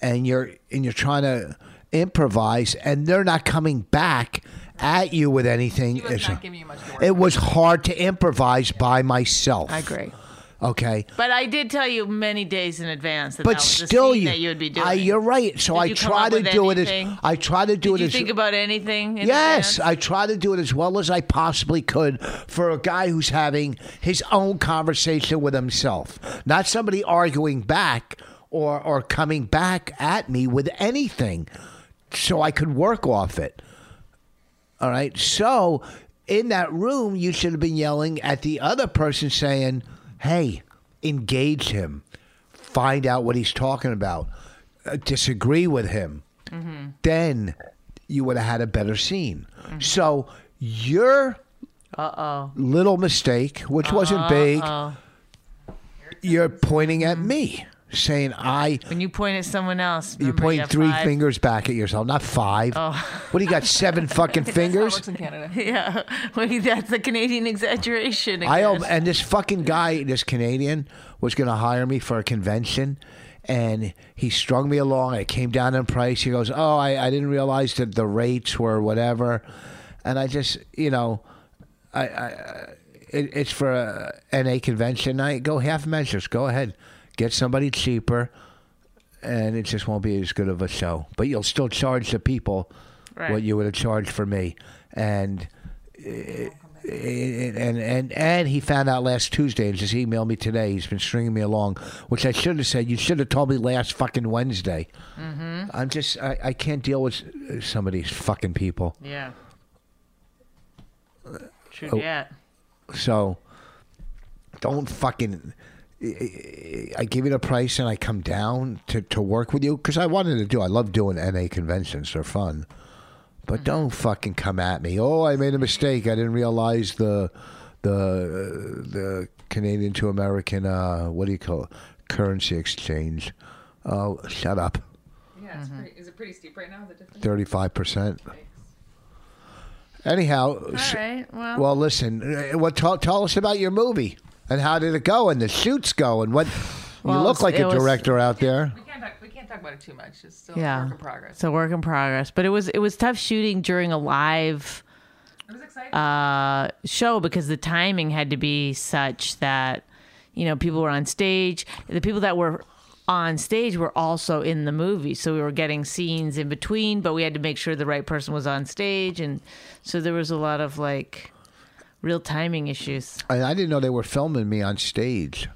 Speaker 1: and you're and you're trying to improvise, and they're not coming back at you with anything.
Speaker 3: He was
Speaker 1: it's-
Speaker 3: not giving you much more.
Speaker 1: it was hard to improvise by myself.
Speaker 2: I agree.
Speaker 1: Okay.
Speaker 2: But I did tell you many days in advance that
Speaker 1: but
Speaker 2: that was the
Speaker 1: still
Speaker 2: scene
Speaker 1: you,
Speaker 2: that you would be doing.
Speaker 1: I, you're right. So
Speaker 2: Did
Speaker 1: I
Speaker 2: you come
Speaker 1: try
Speaker 2: up
Speaker 1: to
Speaker 2: with
Speaker 1: do it as
Speaker 2: anything?
Speaker 1: I try to do
Speaker 2: Did
Speaker 1: it
Speaker 2: you
Speaker 1: as
Speaker 2: think about anything? in
Speaker 1: yes.
Speaker 2: advance?
Speaker 1: I try to do it as well as I possibly could for a guy who's having his own conversation with himself, not somebody arguing back or or coming back at me with anything, so I could work off it. All right. So in that room, you should have been yelling at the other person saying, hey, engage him, find out what he's talking about, uh, disagree with him. Then you would have had a better scene. So your little mistake, which wasn't big, you're pointing at me saying, I.
Speaker 2: When you point at someone else,
Speaker 1: You
Speaker 2: remember
Speaker 1: point
Speaker 2: have
Speaker 1: three
Speaker 2: five.
Speaker 1: fingers back at yourself, not five. What do you got? Seven fucking
Speaker 3: That's
Speaker 1: fingers?
Speaker 3: how it works in Canada.
Speaker 2: *laughs* Yeah, Wait, that's the Canadian exaggeration.
Speaker 1: I
Speaker 2: again.
Speaker 1: hope, and this fucking guy, this Canadian, was going to hire me for a convention, and he strung me along. It came down in price. He goes, "Oh, I, I didn't realize that the rates were whatever," and I just, you know, I, I it, it's for a NA convention night. Go half measures. Go ahead, get somebody cheaper, and it just won't be as good of a show. But you'll still charge the people
Speaker 2: Right.
Speaker 1: what you would have charged for me, and eh, and and and he found out last Tuesday and just emailed me today. He's been stringing me along, which I should have said. You should have told me last fucking Wednesday. Mm-hmm. I'm just I, I can't deal with s- eh, some of these fucking people.
Speaker 2: Yeah. True that.
Speaker 1: So don't fucking I give you the price and I come down to, to work with you because I wanted to do. I love doing NA conventions; they're fun. But don't fucking come at me. Oh, I made a mistake. I didn't realize the the uh, the Canadian to American uh, what do you call it? currency exchange. Oh, shut up.
Speaker 3: Yeah, it's pretty, is it pretty steep right now? The difference.
Speaker 1: Thirty five percent. Anyhow,
Speaker 4: All
Speaker 1: s-
Speaker 4: right. Well,
Speaker 1: well, listen. uh, What tell, tell us about your movie and how did it go and the shoots go and what
Speaker 2: Well,
Speaker 1: you
Speaker 2: it
Speaker 1: look
Speaker 2: was-
Speaker 1: like
Speaker 2: it
Speaker 1: a
Speaker 2: was-
Speaker 1: director out there.
Speaker 3: We can't talk. We can't talk about it too much. It's still
Speaker 2: yeah.
Speaker 3: a work in progress.
Speaker 2: It's a work in progress, but it was it was tough shooting during a live
Speaker 3: it was exciting.
Speaker 2: uh, show because the timing had to be such that you know people were on stage. The people that were on stage were also in the movie, so we were getting scenes in between. But we had to make sure the right person was on stage, and so there was a lot of like real timing issues.
Speaker 1: And I didn't know they were filming me on stage.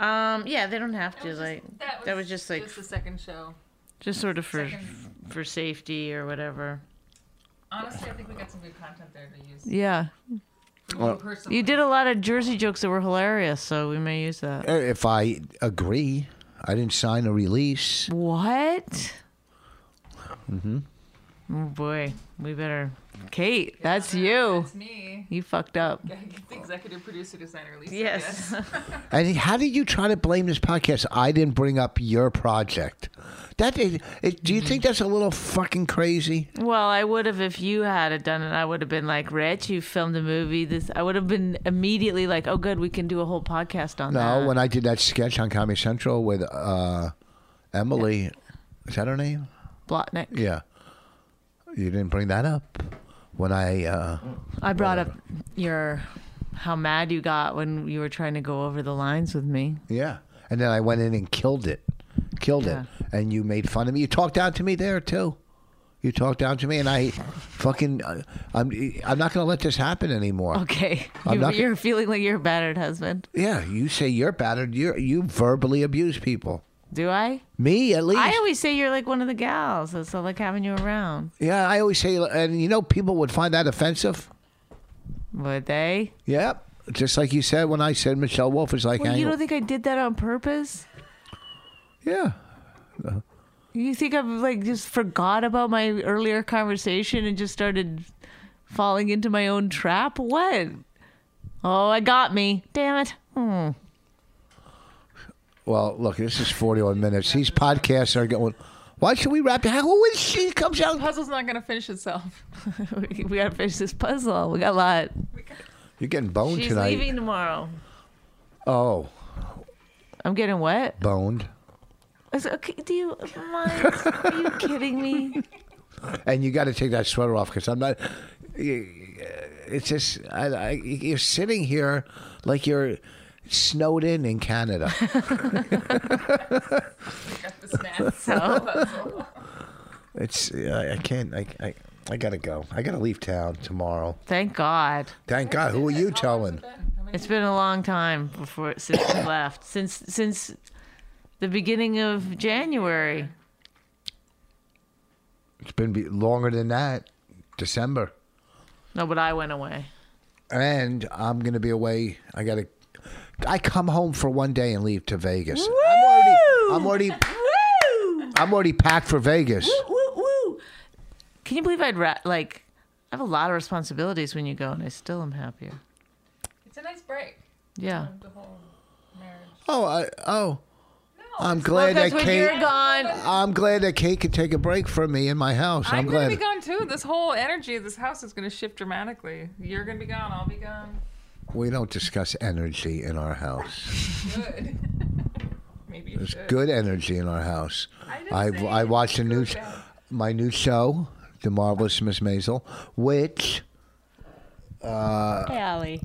Speaker 2: Um, yeah, they don't have to like that was, just like
Speaker 3: just the second show.
Speaker 2: just sort of for
Speaker 3: second-
Speaker 2: for safety or whatever.
Speaker 3: Honestly, I think we got some good content there to use.
Speaker 2: Yeah,
Speaker 3: For
Speaker 1: Well-
Speaker 3: you personally.
Speaker 2: you did a lot of Jersey jokes that were hilarious, so we may use that.
Speaker 1: Uh, If I agree, I didn't sign a release.
Speaker 2: What? Mm-hmm.
Speaker 1: Mm-hmm.
Speaker 2: Oh boy, we better. Kate, that's you.
Speaker 3: It's me.
Speaker 2: You fucked up.
Speaker 3: I get *laughs* the executive producer designer Lisa.
Speaker 2: Yes.
Speaker 1: And how did you try to blame this podcast? I didn't bring up your project. That is, it, do you think that's a little fucking crazy?
Speaker 2: Well, I would have if you had it done, and I would have been like, "Rich, you filmed a movie." This, I would have been immediately like, "Oh, good, we can do a whole podcast on that."
Speaker 1: No, when I did that sketch on Comedy Central with uh, Emily, is that her name?
Speaker 2: Blotnick.
Speaker 1: Yeah. You didn't bring that up when I. Uh,
Speaker 2: I brought up your how mad you got when you were trying to go over the lines with me.
Speaker 1: yeah. And then I went in and killed it. Killed
Speaker 2: Yeah.
Speaker 1: it. And you made fun of me. You talked down to me there, too. You talked down to me, and I fucking. I'm, I'm not going to let this happen anymore.
Speaker 2: Okay, *laughs*
Speaker 1: I'm
Speaker 2: you,
Speaker 1: not-
Speaker 2: you're feeling like you're a battered husband.
Speaker 1: Yeah, you say you're battered. You you verbally abuse people.
Speaker 2: Do I?
Speaker 1: Me at least.
Speaker 2: I always say you're like one of the gals. So, so like having you around.
Speaker 1: yeah, I always say, and you know, people would find that offensive.
Speaker 2: Would they?
Speaker 1: Yep, just like you said when I said Michelle Wolf is like,
Speaker 2: Well,
Speaker 1: hang-
Speaker 2: you don't think I did that on purpose?
Speaker 1: yeah.
Speaker 2: You think I've like just forgot about my earlier conversation and just started falling into my own trap? What? Oh, I got me. Damn it. *laughs* Hmm.
Speaker 1: Well, look, this is forty-one minutes. These podcasts are going. Why should we wrap it? Who is she? Comes out.
Speaker 3: Puzzle's not gonna
Speaker 2: *laughs*
Speaker 3: finish itself.
Speaker 2: We, we gotta finish this puzzle. We got a lot.
Speaker 1: You're getting boned
Speaker 2: She's
Speaker 1: tonight.
Speaker 2: leaving tomorrow.
Speaker 1: Oh,
Speaker 2: I'm getting wet.
Speaker 1: boned.
Speaker 2: I said, okay, do you mind? Are you kidding me?
Speaker 1: And you got to take that sweater off because I'm not. It's just I, I, you're sitting here like you're snowed in in
Speaker 2: *laughs*
Speaker 1: Canada.
Speaker 3: Got the snacks.
Speaker 2: So
Speaker 1: It's I, I can't I, I I gotta go. I gotta leave town tomorrow.
Speaker 2: thank God.
Speaker 1: Thank God. Who are you telling?
Speaker 2: It's been a long time before since we left. Since since the beginning of January.
Speaker 1: It's been be- longer than that. December,
Speaker 2: No, but I went away.
Speaker 1: and I'm gonna be away. I gotta. I come home for one day and leave to Vegas. I'm already. I'm already.
Speaker 2: Woo!
Speaker 1: I'm already packed for Vegas.
Speaker 2: Woo woo. Can you believe I'd ra- like I have a lot of responsibilities when you go and I still am happier.
Speaker 3: It's a nice break.
Speaker 2: Yeah.
Speaker 3: The whole marriage.
Speaker 1: Oh, I, oh.
Speaker 3: No,
Speaker 1: I'm
Speaker 3: it's-
Speaker 1: glad
Speaker 2: Because
Speaker 1: that
Speaker 2: when
Speaker 1: Kate.
Speaker 2: you're gone,
Speaker 1: I'm glad that Kate could take a break from me in my house. I'm,
Speaker 3: I'm, gonna
Speaker 1: glad.
Speaker 3: be gone too. This whole energy of this house is gonna shift dramatically. You're gonna be gone. I'll be gone.
Speaker 1: We don't discuss energy in our house.
Speaker 3: Good. Maybe you *laughs* should.
Speaker 1: Good energy in our house.
Speaker 3: didn't
Speaker 1: I
Speaker 3: say
Speaker 1: I watched a new
Speaker 3: good bad.
Speaker 1: my new show, The Marvelous Miss Maisel, which
Speaker 2: hey, Allie.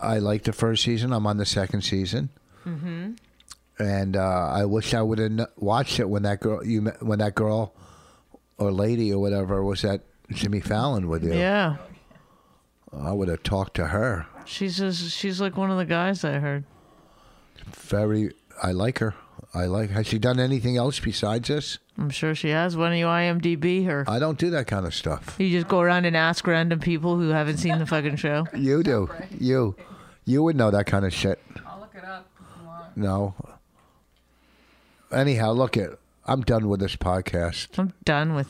Speaker 1: I liked the first season. I'm on the second season. Mm-hmm. And uh, I wish I would have watched it when that girl you met, when that girl or lady or whatever was at Jimmy Fallon with you.
Speaker 2: Yeah.
Speaker 1: I would have talked to her.
Speaker 2: She's just, she's like one of the guys I heard.
Speaker 1: Very. I like her. I like. Has she done anything else besides this?
Speaker 2: I'm sure she has. Why don't you IMDb her?
Speaker 1: I don't do that kind of stuff.
Speaker 2: You just go around and ask random people who haven't seen the fucking show.
Speaker 1: You do. You. You would know that kind of shit.
Speaker 3: I'll look it up if you want.
Speaker 1: No. Anyhow, look it. I'm done with this podcast.
Speaker 2: I'm done with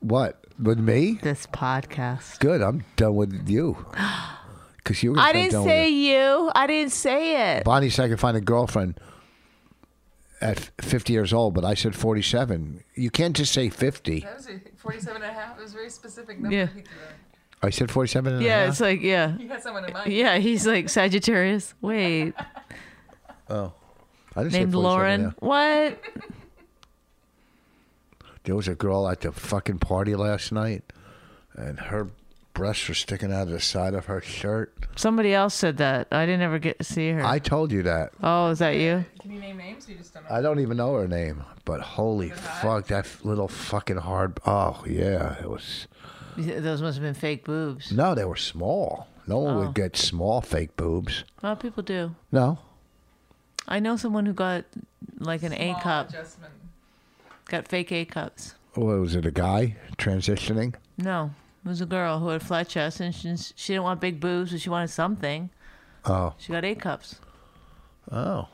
Speaker 1: What? With me?
Speaker 2: this podcast.
Speaker 1: Good. I'm done with
Speaker 2: *gasps*
Speaker 1: you. Because you were.
Speaker 2: I
Speaker 1: gonna
Speaker 2: didn't
Speaker 1: done
Speaker 2: say
Speaker 1: With
Speaker 2: you. I didn't say
Speaker 1: it.
Speaker 2: it.
Speaker 1: Bonnie said I could find a girlfriend at 50 years old, but I said 47. You can't just say 50.
Speaker 3: That was a 47 and a half. It was a very specific number.
Speaker 2: Yeah.
Speaker 3: He,
Speaker 1: I said 47. and a
Speaker 2: Yeah,
Speaker 1: half?
Speaker 2: it's like yeah,
Speaker 3: he
Speaker 2: *laughs*
Speaker 3: had someone in mind.
Speaker 2: yeah. He's like Sagittarius. Wait,
Speaker 1: I didn't say 47
Speaker 2: named Lauren.
Speaker 1: and a half.
Speaker 2: What?
Speaker 1: There was a girl at the fucking party last night, and her breasts were sticking out of the side of her shirt.
Speaker 2: Somebody else said that. I didn't ever get to see her.
Speaker 1: I told you that.
Speaker 2: oh, is that you?
Speaker 3: Can you name names? Or you just don't
Speaker 2: Uh,
Speaker 3: know.
Speaker 1: I don't even know her name, but holy fuck, that little fucking hard. Oh, yeah. It was.
Speaker 2: Those must have been fake boobs.
Speaker 1: No, they were small. No one
Speaker 2: Oh.
Speaker 1: would get small fake boobs.
Speaker 2: Well, people do.
Speaker 1: No.
Speaker 2: I know someone who got like an A
Speaker 3: Small
Speaker 2: cup,
Speaker 3: Adjustment.
Speaker 2: got fake A cups.
Speaker 1: What was it, a guy transitioning?
Speaker 2: No, it was a girl who had flat chest and she, she didn't want big boobs, but she wanted something.
Speaker 1: Oh.
Speaker 2: She got A cups.
Speaker 1: Oh.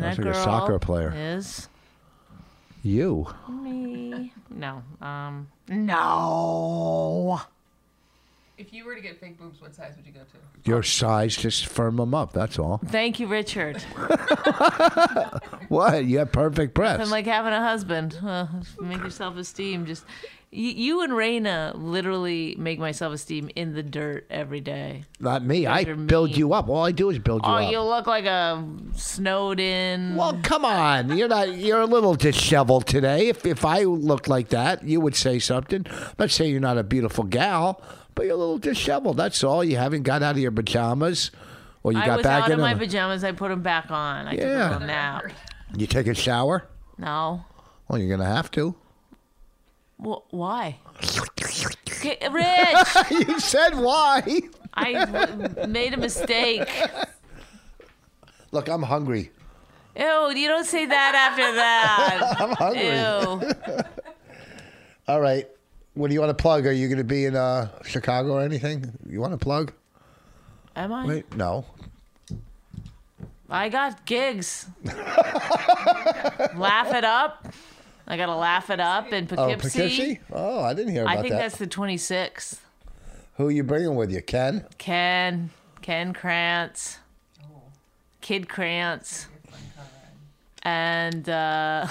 Speaker 1: Sounds
Speaker 2: that
Speaker 1: like a
Speaker 2: girl
Speaker 1: soccer player.
Speaker 2: Is
Speaker 1: You.
Speaker 2: me. No. Um, no.
Speaker 3: If you were to get fake boobs, what size would you go to?
Speaker 1: Your size, just firm them up. That's all.
Speaker 2: Thank you, Richard.
Speaker 1: What? You have perfect breasts.
Speaker 2: I'm like having a husband. Uh, make your self esteem just. You, you and Raina literally make my self esteem in the dirt every day.
Speaker 1: Not me. I
Speaker 2: are
Speaker 1: build
Speaker 2: mean.
Speaker 1: you up. All I do is build you
Speaker 2: Oh,
Speaker 1: up.
Speaker 2: you look like a snowed in.
Speaker 1: Well, come on. You're not. You're a little disheveled today. If if I looked like that, you would say something. I'm not saying you're not a beautiful gal, but you're a little disheveled. That's all. You haven't got out of your pajamas, or you
Speaker 2: I
Speaker 1: got
Speaker 2: was
Speaker 1: back
Speaker 2: out
Speaker 1: in
Speaker 2: of my
Speaker 1: them.
Speaker 2: pajamas. I put them back on. I
Speaker 1: Yeah.
Speaker 2: took a nap.
Speaker 1: you take a shower.
Speaker 2: No.
Speaker 1: Well, you're gonna have to.
Speaker 2: Well, why? Okay,
Speaker 1: *laughs*
Speaker 2: Rich,
Speaker 1: you said why?
Speaker 2: I w- made a mistake.
Speaker 1: Look, I'm hungry.
Speaker 2: Ew, you don't say that after that.
Speaker 1: *laughs* I'm hungry.
Speaker 2: Ew.
Speaker 1: All right. What do you want to plug? Are you going to be in uh, Chicago or anything? You want to plug?
Speaker 2: Am I?
Speaker 1: Wait, no.
Speaker 2: I
Speaker 1: *laughs*
Speaker 2: got gigs. laugh it up. I gotta laugh it up in
Speaker 1: Oh,
Speaker 2: Poughkeepsie.
Speaker 1: Poughkeepsie? Oh, I didn't hear about
Speaker 2: I think
Speaker 1: that.
Speaker 2: that's the 26th.
Speaker 1: Who you bringing with you, Ken?
Speaker 2: Ken, Ken Krantz, Kid Krantz, and uh, *laughs* um,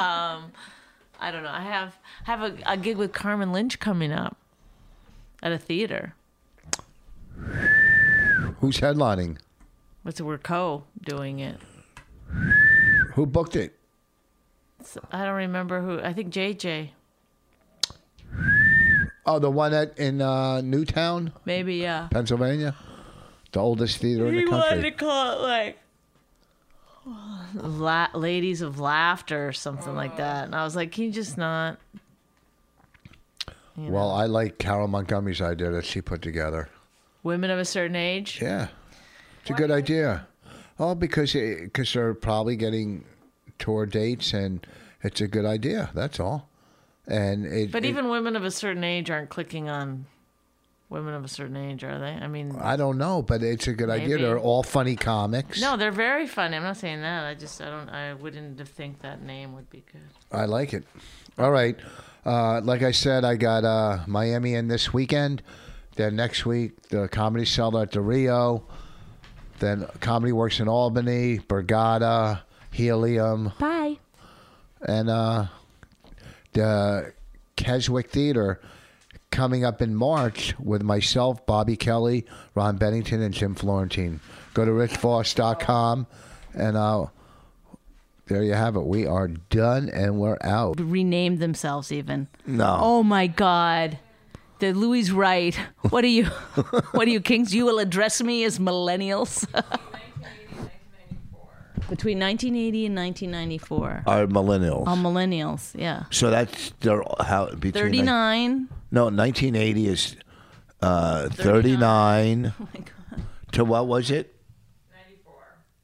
Speaker 2: I don't know. I have I have a, a gig with Carmen Lynch coming up at a theater.
Speaker 1: Who's headlining?
Speaker 2: What's we're co doing it.
Speaker 1: Who booked it?
Speaker 2: So I don't remember who. I think JJ.
Speaker 1: Oh, the one at in uh, Newtown,
Speaker 2: Maybe uh, yeah.
Speaker 1: Pennsylvania, the oldest theater in
Speaker 2: He
Speaker 1: the
Speaker 2: wanted to
Speaker 1: country.
Speaker 2: call it like La- Ladies of Laughter or something like that. And I was like, can you just not?
Speaker 1: Well, I like Carol Montgomery's idea that she put together.
Speaker 2: Women of a certain age?
Speaker 1: Yeah, it's a good idea. Oh, because because they're probably getting tour dates, and it's a good idea. That's all. And it,
Speaker 2: But
Speaker 1: it-
Speaker 2: even women of a certain age aren't clicking on women of a certain age, are they? I mean,
Speaker 1: I don't know, but it's a good idea.
Speaker 2: Maybe.
Speaker 1: They're all funny comics.
Speaker 2: no, they're very funny. I'm not saying that. I just, I don't, I wouldn't have think that name would be good.
Speaker 1: I like it. All right. Uh, like I said, I got uh, Miami in this weekend. Then next week, the Comedy Cellar at the Rio. Then Comedy Works in Albany, Bergada, Helium,
Speaker 5: Bye.
Speaker 1: and uh, the Keswick Theater coming up in March with myself, Bobby Kelly, Ron Bennington, and Jim Florentine. Go to richvoss.com and uh, there you have it. We are done and we're out.
Speaker 2: Renamed themselves even.
Speaker 1: No.
Speaker 2: Oh my God. The Louis Wright. What are you? *laughs* what are you, Kings? You will address me as millennials. *laughs*
Speaker 3: 1980, 1994.
Speaker 4: Between 1980 and 1994.
Speaker 2: Oh.
Speaker 1: are millennials.
Speaker 2: Um,
Speaker 4: All millennials, yeah.
Speaker 1: so that's they're how between
Speaker 4: 39.
Speaker 1: No, 1980 is uh,
Speaker 2: *laughs*
Speaker 1: 39
Speaker 4: Oh my God.
Speaker 1: to what was it?
Speaker 3: 94. So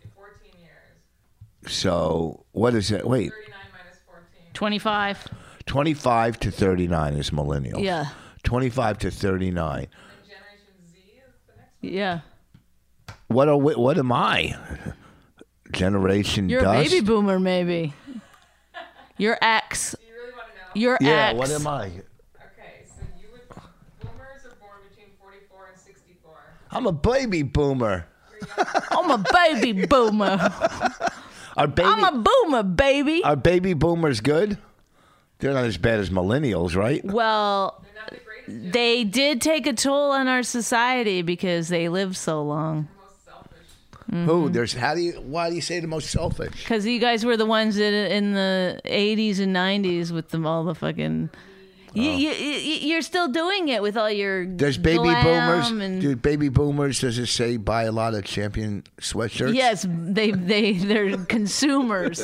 Speaker 3: that's 14 years.
Speaker 1: So what is it? Wait,
Speaker 3: 39 minus 14.
Speaker 2: 25.
Speaker 1: 25 to 39 is millennial.
Speaker 2: Yeah.
Speaker 1: 25 to 39.
Speaker 3: Generation Z is the next
Speaker 2: Yeah.
Speaker 1: What are we, what am I? Generation
Speaker 2: You're
Speaker 1: dust.
Speaker 2: a baby boomer, maybe. Your ex. Your
Speaker 1: yeah.
Speaker 2: ex.
Speaker 1: What am I?
Speaker 6: Okay, so you would boomers are born between 44 and 64.
Speaker 1: I'm a baby boomer.
Speaker 2: I'm a baby
Speaker 1: *laughs*
Speaker 2: boomer.
Speaker 1: Are baby
Speaker 2: I'm a boomer, baby.
Speaker 1: are baby boomers good? They're not as bad as millennials, right?
Speaker 2: Well, they did take a toll on our society because they lived so long. Mm-hmm.
Speaker 1: Who? There's how do you why do you say the most selfish?
Speaker 2: Because you guys were the ones that in the 80s and 90s with them all the fucking. You, you, you, you're still doing it with all your.
Speaker 1: Oh. There's baby boomers.
Speaker 2: glam And,
Speaker 1: Do baby boomers does it say buy a lot of champion sweatshirts?
Speaker 2: yes, they they they're consumers.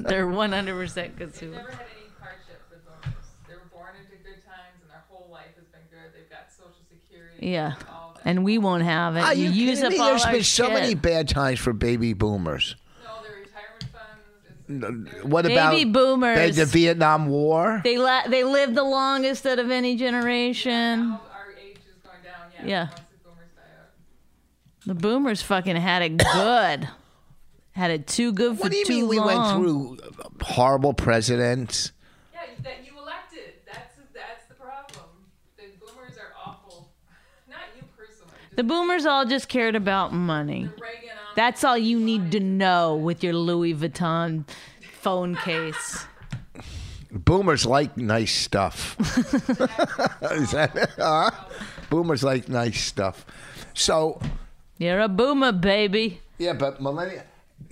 Speaker 2: they're 100 percent consumers.
Speaker 6: Never had any hardships with boomers. They were born into good times and their whole life has been good. They've got social security.
Speaker 2: Yeah,
Speaker 6: All that.
Speaker 2: and we won't have it.
Speaker 1: Are you,
Speaker 2: use
Speaker 1: kidding
Speaker 2: up
Speaker 1: me?
Speaker 2: all
Speaker 1: There's
Speaker 2: our
Speaker 1: been so
Speaker 2: shit.
Speaker 1: many bad times for baby boomers.
Speaker 6: No, their retirement funds. It's,
Speaker 1: What
Speaker 2: Baby
Speaker 1: about
Speaker 2: boomers.
Speaker 1: the Vietnam War?
Speaker 2: They la- they live the longest out of any generation.
Speaker 6: all our age is going down.
Speaker 2: Mm. Yeah.
Speaker 6: Yeah. Once the boomers die out.
Speaker 2: The boomers fucking had it good. had it too good for
Speaker 1: What do you
Speaker 2: too
Speaker 1: mean we
Speaker 2: long.
Speaker 1: went through horrible presidents?
Speaker 6: Yeah, you- that you elected. That's that's the problem. The boomers are awful. Not you personally. Just
Speaker 2: The boomers all just cared about money.
Speaker 6: Reagan. um,
Speaker 2: That's all you need to know with your Louis Vuitton phone case.
Speaker 1: Boomers like nice
Speaker 2: *laughs*
Speaker 1: stuff. *laughs* Is that- huh? Boomers like nice stuff. So
Speaker 2: You're a boomer, baby.
Speaker 1: yeah, but millennial.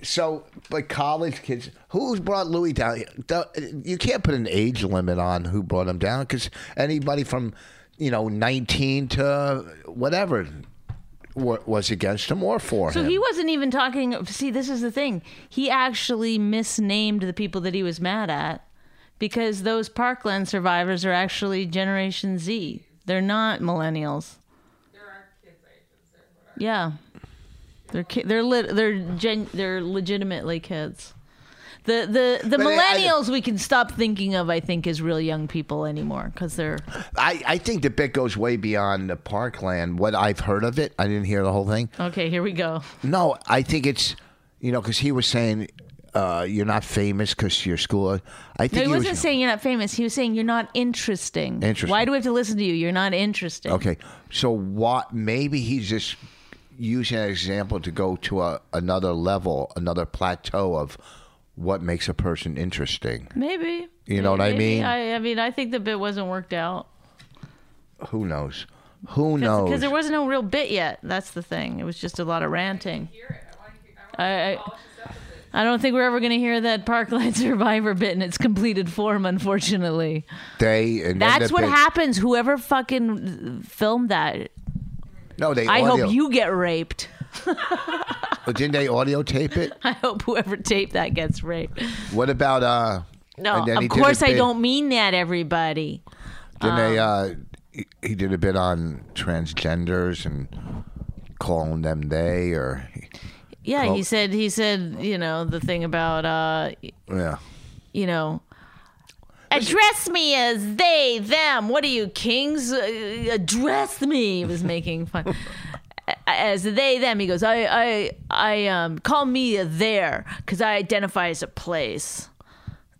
Speaker 1: So but college kids, who's brought Louis down? The- You can't put an age limit on who brought him down because anybody from you know nineteen to whatever wa- was against him or for
Speaker 2: So
Speaker 1: him.
Speaker 2: he wasn't even talking. See, this is the thing. He actually misnamed the people that he was mad at because those Parkland survivors are actually Generation Z. They're not millennials. Yeah, they're ki- they're lit they're gen- they're legitimately kids. The the the
Speaker 1: But I- I-
Speaker 2: millennials we can stop thinking of. I think as real young people anymore because they're
Speaker 1: I, I think the bit goes way beyond the parkland. What I've heard of it, I didn't hear the whole thing.
Speaker 2: okay. Here we go.
Speaker 1: No, I think it's you know because he was saying uh, you're not famous because your school. I think
Speaker 2: No, he,
Speaker 1: was-
Speaker 2: wasn't saying you're not famous. He was saying you're not interesting.
Speaker 1: Interesting.
Speaker 2: Why do we have to listen to you? You're not interesting.
Speaker 1: Okay, so what? Maybe he's just using an example to go to a, another level, another plateau of what makes a person interesting.
Speaker 2: Maybe.
Speaker 1: You know what I
Speaker 2: Maybe.
Speaker 1: mean?
Speaker 2: I, I mean, I think the bit wasn't worked out
Speaker 1: Who knows? Who knows?
Speaker 2: because there was no real bit yet. That's the thing. It was just a lot of ranting. I, I, I don't think we're ever going to hear that Parkland *laughs* Survivor bit in its completed form, unfortunately.
Speaker 1: they and then
Speaker 2: That's
Speaker 1: the
Speaker 2: what
Speaker 1: big-
Speaker 2: happens. Whoever fucking filmed that,
Speaker 1: No, they.
Speaker 2: I
Speaker 1: audio,
Speaker 2: hope you get raped. *laughs*
Speaker 1: didn't they audio tape it.
Speaker 2: I hope whoever taped that gets raped.
Speaker 1: What about uh?
Speaker 2: No,
Speaker 1: and then he
Speaker 2: of
Speaker 1: did a
Speaker 2: course I
Speaker 1: bit-
Speaker 2: don't mean that, everybody.
Speaker 1: Then they uh, he, he did a bit on transgenders and calling them they or
Speaker 2: Yeah,
Speaker 1: Well-
Speaker 2: he said he said, you know, the thing about uh
Speaker 1: yeah.
Speaker 2: you know address me as they them what are you kings Uh, address me He was making fun *laughs* as they them he goes i i i um call me a there because i identify as a place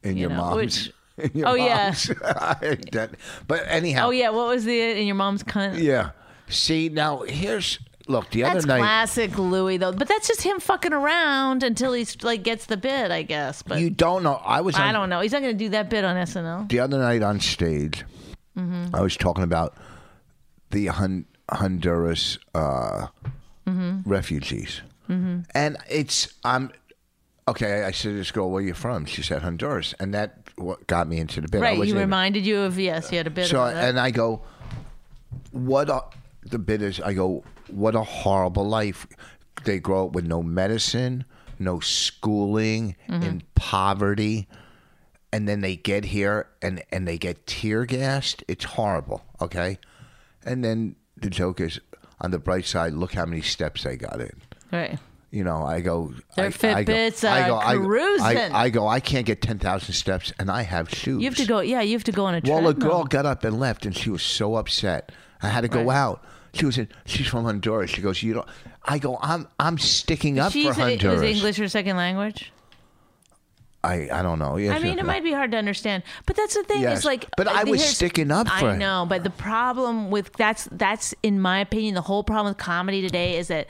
Speaker 1: In
Speaker 2: You
Speaker 1: your
Speaker 2: know,
Speaker 1: mom's.
Speaker 2: which-
Speaker 1: *laughs* in your
Speaker 2: oh, yeah.
Speaker 1: mom's. *laughs* yeah. but anyhow.
Speaker 2: oh yeah what was the in your mom's cunt
Speaker 1: Yeah. See now here's look the
Speaker 2: that's
Speaker 1: other night
Speaker 2: classic louis though but that's just him fucking around until he's like gets the bit i guess but
Speaker 1: you don't know I was on,
Speaker 2: i don't know he's not gonna do that bit on snl
Speaker 1: the other night on stage
Speaker 2: Mm-hmm.
Speaker 1: I was talking about the Hun- Honduras uh,
Speaker 2: Mm-hmm.
Speaker 1: refugees and it's I'm okay I said to this girl where you from she said Honduras and that what got me into the bit I
Speaker 2: right you
Speaker 1: wasn't even-
Speaker 2: reminded you of yes you had a bit
Speaker 1: So
Speaker 2: of that.
Speaker 1: and I go, what a, the bit is? I go, what a horrible life. They grow up with no medicine, no schooling,
Speaker 2: Mm-hmm.
Speaker 1: in poverty, and then they get here and and they get tear gassed. It's horrible. Okay, and then the joke is on the bright side. Look how many steps they got in.
Speaker 2: right
Speaker 1: You know, I go.
Speaker 2: Their
Speaker 1: I, I go-
Speaker 2: Fitbits
Speaker 1: I
Speaker 2: are
Speaker 1: go, I-
Speaker 2: cruising.
Speaker 1: I, I go. I can't get ten thousand steps, and I have shoes.
Speaker 2: You have to go. Yeah, you have to go on a
Speaker 1: Well,
Speaker 2: treadmill.
Speaker 1: a girl got up and left, and she was so upset. I had to go
Speaker 2: Right.
Speaker 1: out. She was in. She's from Honduras. She goes, you don't. I go, I'm I'm sticking up
Speaker 4: She's
Speaker 1: for
Speaker 4: a,
Speaker 1: Honduras.
Speaker 4: is English her second language?
Speaker 1: I I don't know.
Speaker 2: I mean, it might be hard to understand, but that's the thing.
Speaker 1: Yes,
Speaker 2: Is like,
Speaker 1: but I
Speaker 2: uh,
Speaker 1: was
Speaker 2: here's-
Speaker 1: sticking up for
Speaker 2: I
Speaker 1: it.
Speaker 2: know, but the problem with that's that's in my opinion the whole problem with comedy today is that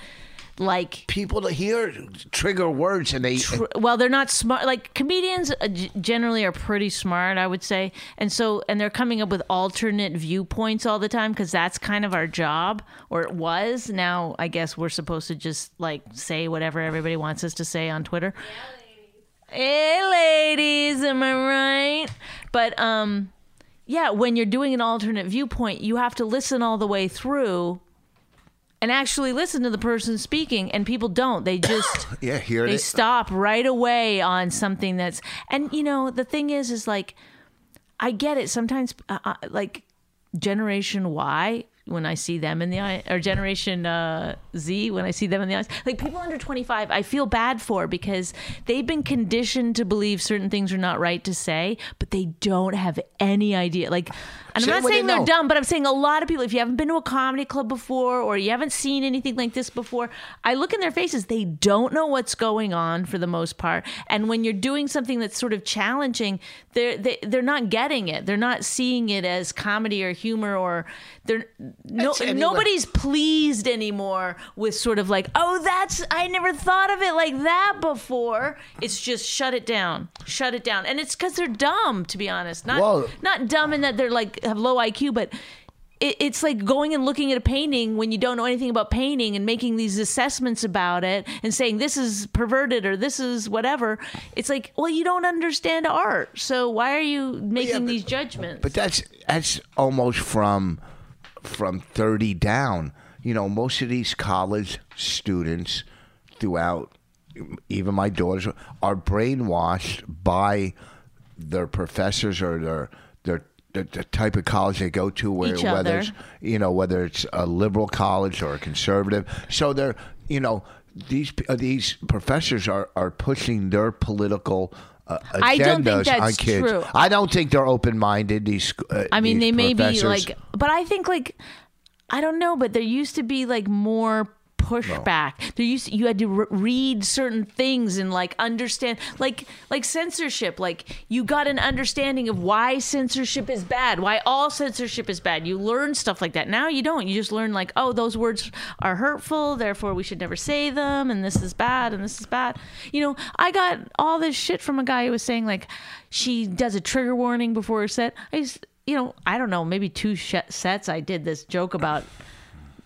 Speaker 2: like
Speaker 1: people to hear trigger words and they
Speaker 2: pr- well they're not smart like comedians uh, g- generally are pretty smart i would say and so and they're coming up with alternate viewpoints all the time because that's kind of our job or it was now i guess we're supposed to just like say whatever everybody wants us to say on twitter hey ladies am i right but um yeah when you're doing an alternate viewpoint you have to listen all the way through and actually listen to the person speaking and people don't they just
Speaker 1: yeah hear
Speaker 2: they
Speaker 1: it.
Speaker 2: stop right away on something that's and you know the thing is is like i get it sometimes uh, uh, like generation y when i see them in the eye or generation uh, z when i see them in the eyes like people under 25 i feel bad for because they've been conditioned to believe certain things are not right to say but they don't have any idea like and
Speaker 1: Say
Speaker 2: i'm not
Speaker 1: what they
Speaker 2: saying they're
Speaker 1: know.
Speaker 2: dumb but i'm saying a lot of people if you haven't been to a comedy club before or you haven't seen anything like this before i look in their faces they don't know what's going on for the most part and when you're doing something that's sort of challenging they're they, they're not getting it they're not seeing it as comedy or humor or they're no,
Speaker 1: It's anyway-
Speaker 2: nobody's pleased anymore with sort of like oh that's i never thought of it like that before it's just shut it down shut it down and it's because they're dumb to be honest not
Speaker 1: Well-
Speaker 2: not dumb in that they're like have low IQ, but it, it's like going and looking at a painting when you don't know anything about painting and making these assessments about it and saying this is perverted or this is whatever. It's like, well, you don't understand art, so why are you making
Speaker 1: but-
Speaker 2: these judgments?
Speaker 1: But that's that's almost from from thirty down. You know, most of these college students throughout, even my daughters, are brainwashed by their professors or their their the, the type of college they go to, where
Speaker 2: Each
Speaker 1: whether
Speaker 2: other.
Speaker 1: it's you know whether it's a liberal college or a conservative. So they're you know these uh, these professors are are pushing their political. Uh,
Speaker 2: I don't think
Speaker 1: agendas on
Speaker 2: that's
Speaker 1: kids.
Speaker 2: true.
Speaker 1: I don't think they're open minded. These, uh,
Speaker 2: I mean,
Speaker 1: these
Speaker 2: they may be
Speaker 1: professors.
Speaker 2: like, but I think like, I don't know, but there used to be like more pushback. There used you had to re- read certain things and like understand, like like censorship. Like you got an understanding of why censorship is bad, why all censorship is bad. You learn stuff like that. Now you don't. You just learn like, oh, those words are hurtful, therefore we should never say them, and this is bad, and this is bad. You know, I got all this shit from a guy who was saying like, she does a trigger warning before her set. I just you know, I don't know, maybe two sh- sets I did this joke about,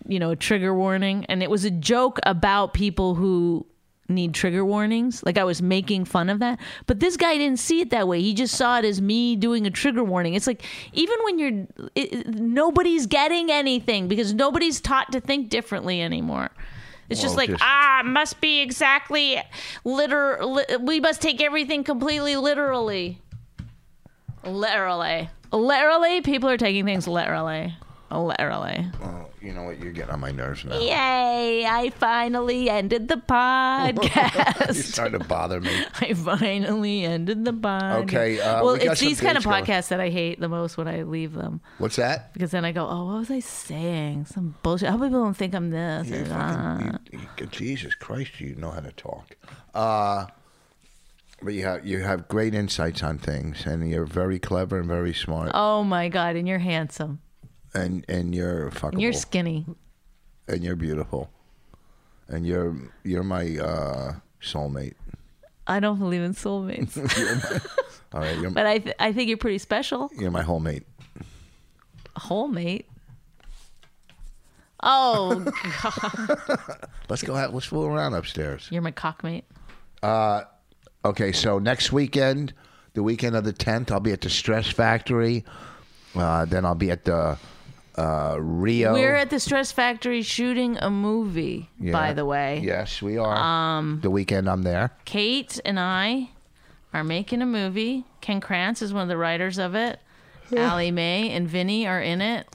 Speaker 2: you know, a trigger warning. And it was a joke about people who need trigger warnings. Like I was making fun of that. But this guy didn't see it that way. He just saw it as me doing a trigger warning. It's like, even when you're, it, it- nobody's getting anything because nobody's taught to think differently anymore. It's just
Speaker 1: Well,
Speaker 2: like,
Speaker 1: just-
Speaker 2: ah, must be exactly liter. Li- we must take everything completely literally. Literally. Literally, people are taking things literally. Literally.
Speaker 1: Oh, you know what? You're getting on my nerves now.
Speaker 2: Yay! I finally ended
Speaker 1: *laughs*
Speaker 2: the
Speaker 1: You're
Speaker 2: podcast. *laughs*
Speaker 1: starting to bother me.
Speaker 2: I finally ended the podcast.
Speaker 1: Okay, uh,
Speaker 2: well,
Speaker 1: we got
Speaker 2: it's
Speaker 1: some
Speaker 2: these kind of
Speaker 1: dates going.
Speaker 2: podcasts that I hate the most when I leave them
Speaker 1: What's
Speaker 2: *laughs*
Speaker 1: that?
Speaker 2: because then I go, "Oh, what was I saying? Some bullshit. I hope people don't think I'm this." or that."
Speaker 1: You- you- Jesus Christ, you know how to talk. Uh, but you have you have great insights on things, and you're very clever and very smart,
Speaker 2: Oh my god! And you're handsome.
Speaker 1: and and you're fuckable,
Speaker 2: And you're skinny.
Speaker 1: and you're beautiful, and you're you're my uh, soulmate.
Speaker 2: I don't believe
Speaker 1: *laughs*
Speaker 2: in soulmates,
Speaker 1: All right, you're,
Speaker 2: *laughs* but I th- I think you're pretty special.
Speaker 1: you're my wholemate.
Speaker 2: Whole mate. Oh *laughs*
Speaker 1: Let's go out. Let's fool around upstairs.
Speaker 2: You're my cockmate.
Speaker 1: Okay, so next weekend, the weekend of the 10th, I'll be at the Stress Factory. Uh, then I'll be at the uh, Rio.
Speaker 2: We're at the Stress Factory shooting a movie,
Speaker 1: Yeah.
Speaker 2: by the way.
Speaker 1: Yes, we are. Um, the weekend I'm there.
Speaker 2: Kate and I are making a movie. Ken Krantz is one of the writers of it. Allie Mae and Vinny are in it.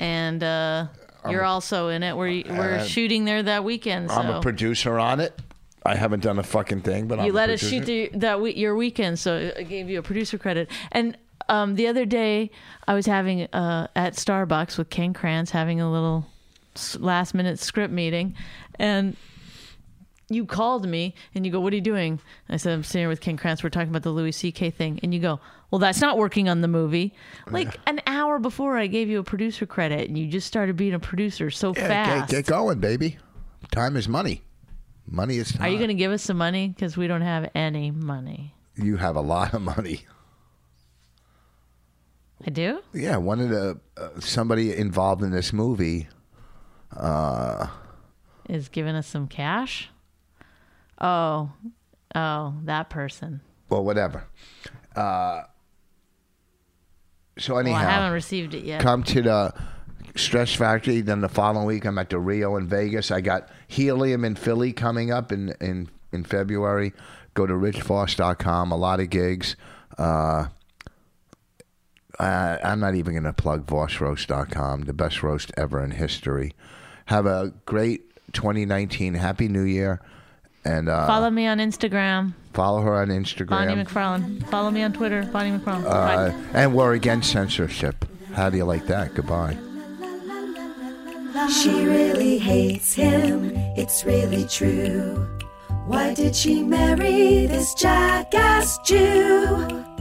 Speaker 2: And uh, you're also in it. We're, we're shooting there that weekend. So
Speaker 1: Uh, I'm a producer on it. I haven't done a fucking thing, but I'm
Speaker 2: you
Speaker 1: a
Speaker 2: let us
Speaker 1: producer.
Speaker 2: shoot the, that we, your weekend, so I gave you a producer credit. And um, the other day, I was having uh, at Starbucks with Ken Krantz having a little s- last minute script meeting, and you called me and you go, "What are you doing?" I said, "I'm sitting here with Ken Krantz. We're talking about the Louis C.K. thing." And you go, "Well, that's not working on the movie."
Speaker 1: Oh,
Speaker 2: Like an hour before, I gave you a producer credit, and you just started being a producer so
Speaker 1: Yeah,
Speaker 2: fast.
Speaker 1: get, get going, baby. Time is money. Money is time.
Speaker 2: are you going to give us some money? Because we don't have any money.
Speaker 1: You have a lot of money.
Speaker 2: I do.
Speaker 1: Yeah, one of the uh, somebody involved in this movie.
Speaker 2: Is giving us some cash. Oh, oh, that person.
Speaker 1: Well, whatever. Uh, so
Speaker 2: Well,
Speaker 1: anyhow,
Speaker 2: I haven't received it yet.
Speaker 1: come to the Stress Factory. Then the following week, I'm at the Rio in Vegas. I got Helium in Philly coming up in in in February. Go to richfoss.com. A lot of gigs. Uh, I, I'm not even going to plug vossroast.com, the best roast ever in history. Have a great 2019. Happy New Year. And uh, follow,
Speaker 2: Follow me on Instagram,
Speaker 1: her on Instagram.
Speaker 2: Bonnie McFarlane. Follow me on Twitter, Bonnie McFarlane.
Speaker 1: Uh, and we're against censorship. How do you like that? Goodbye.
Speaker 7: She really hates him, it's really true. Why did she marry this jackass Jew?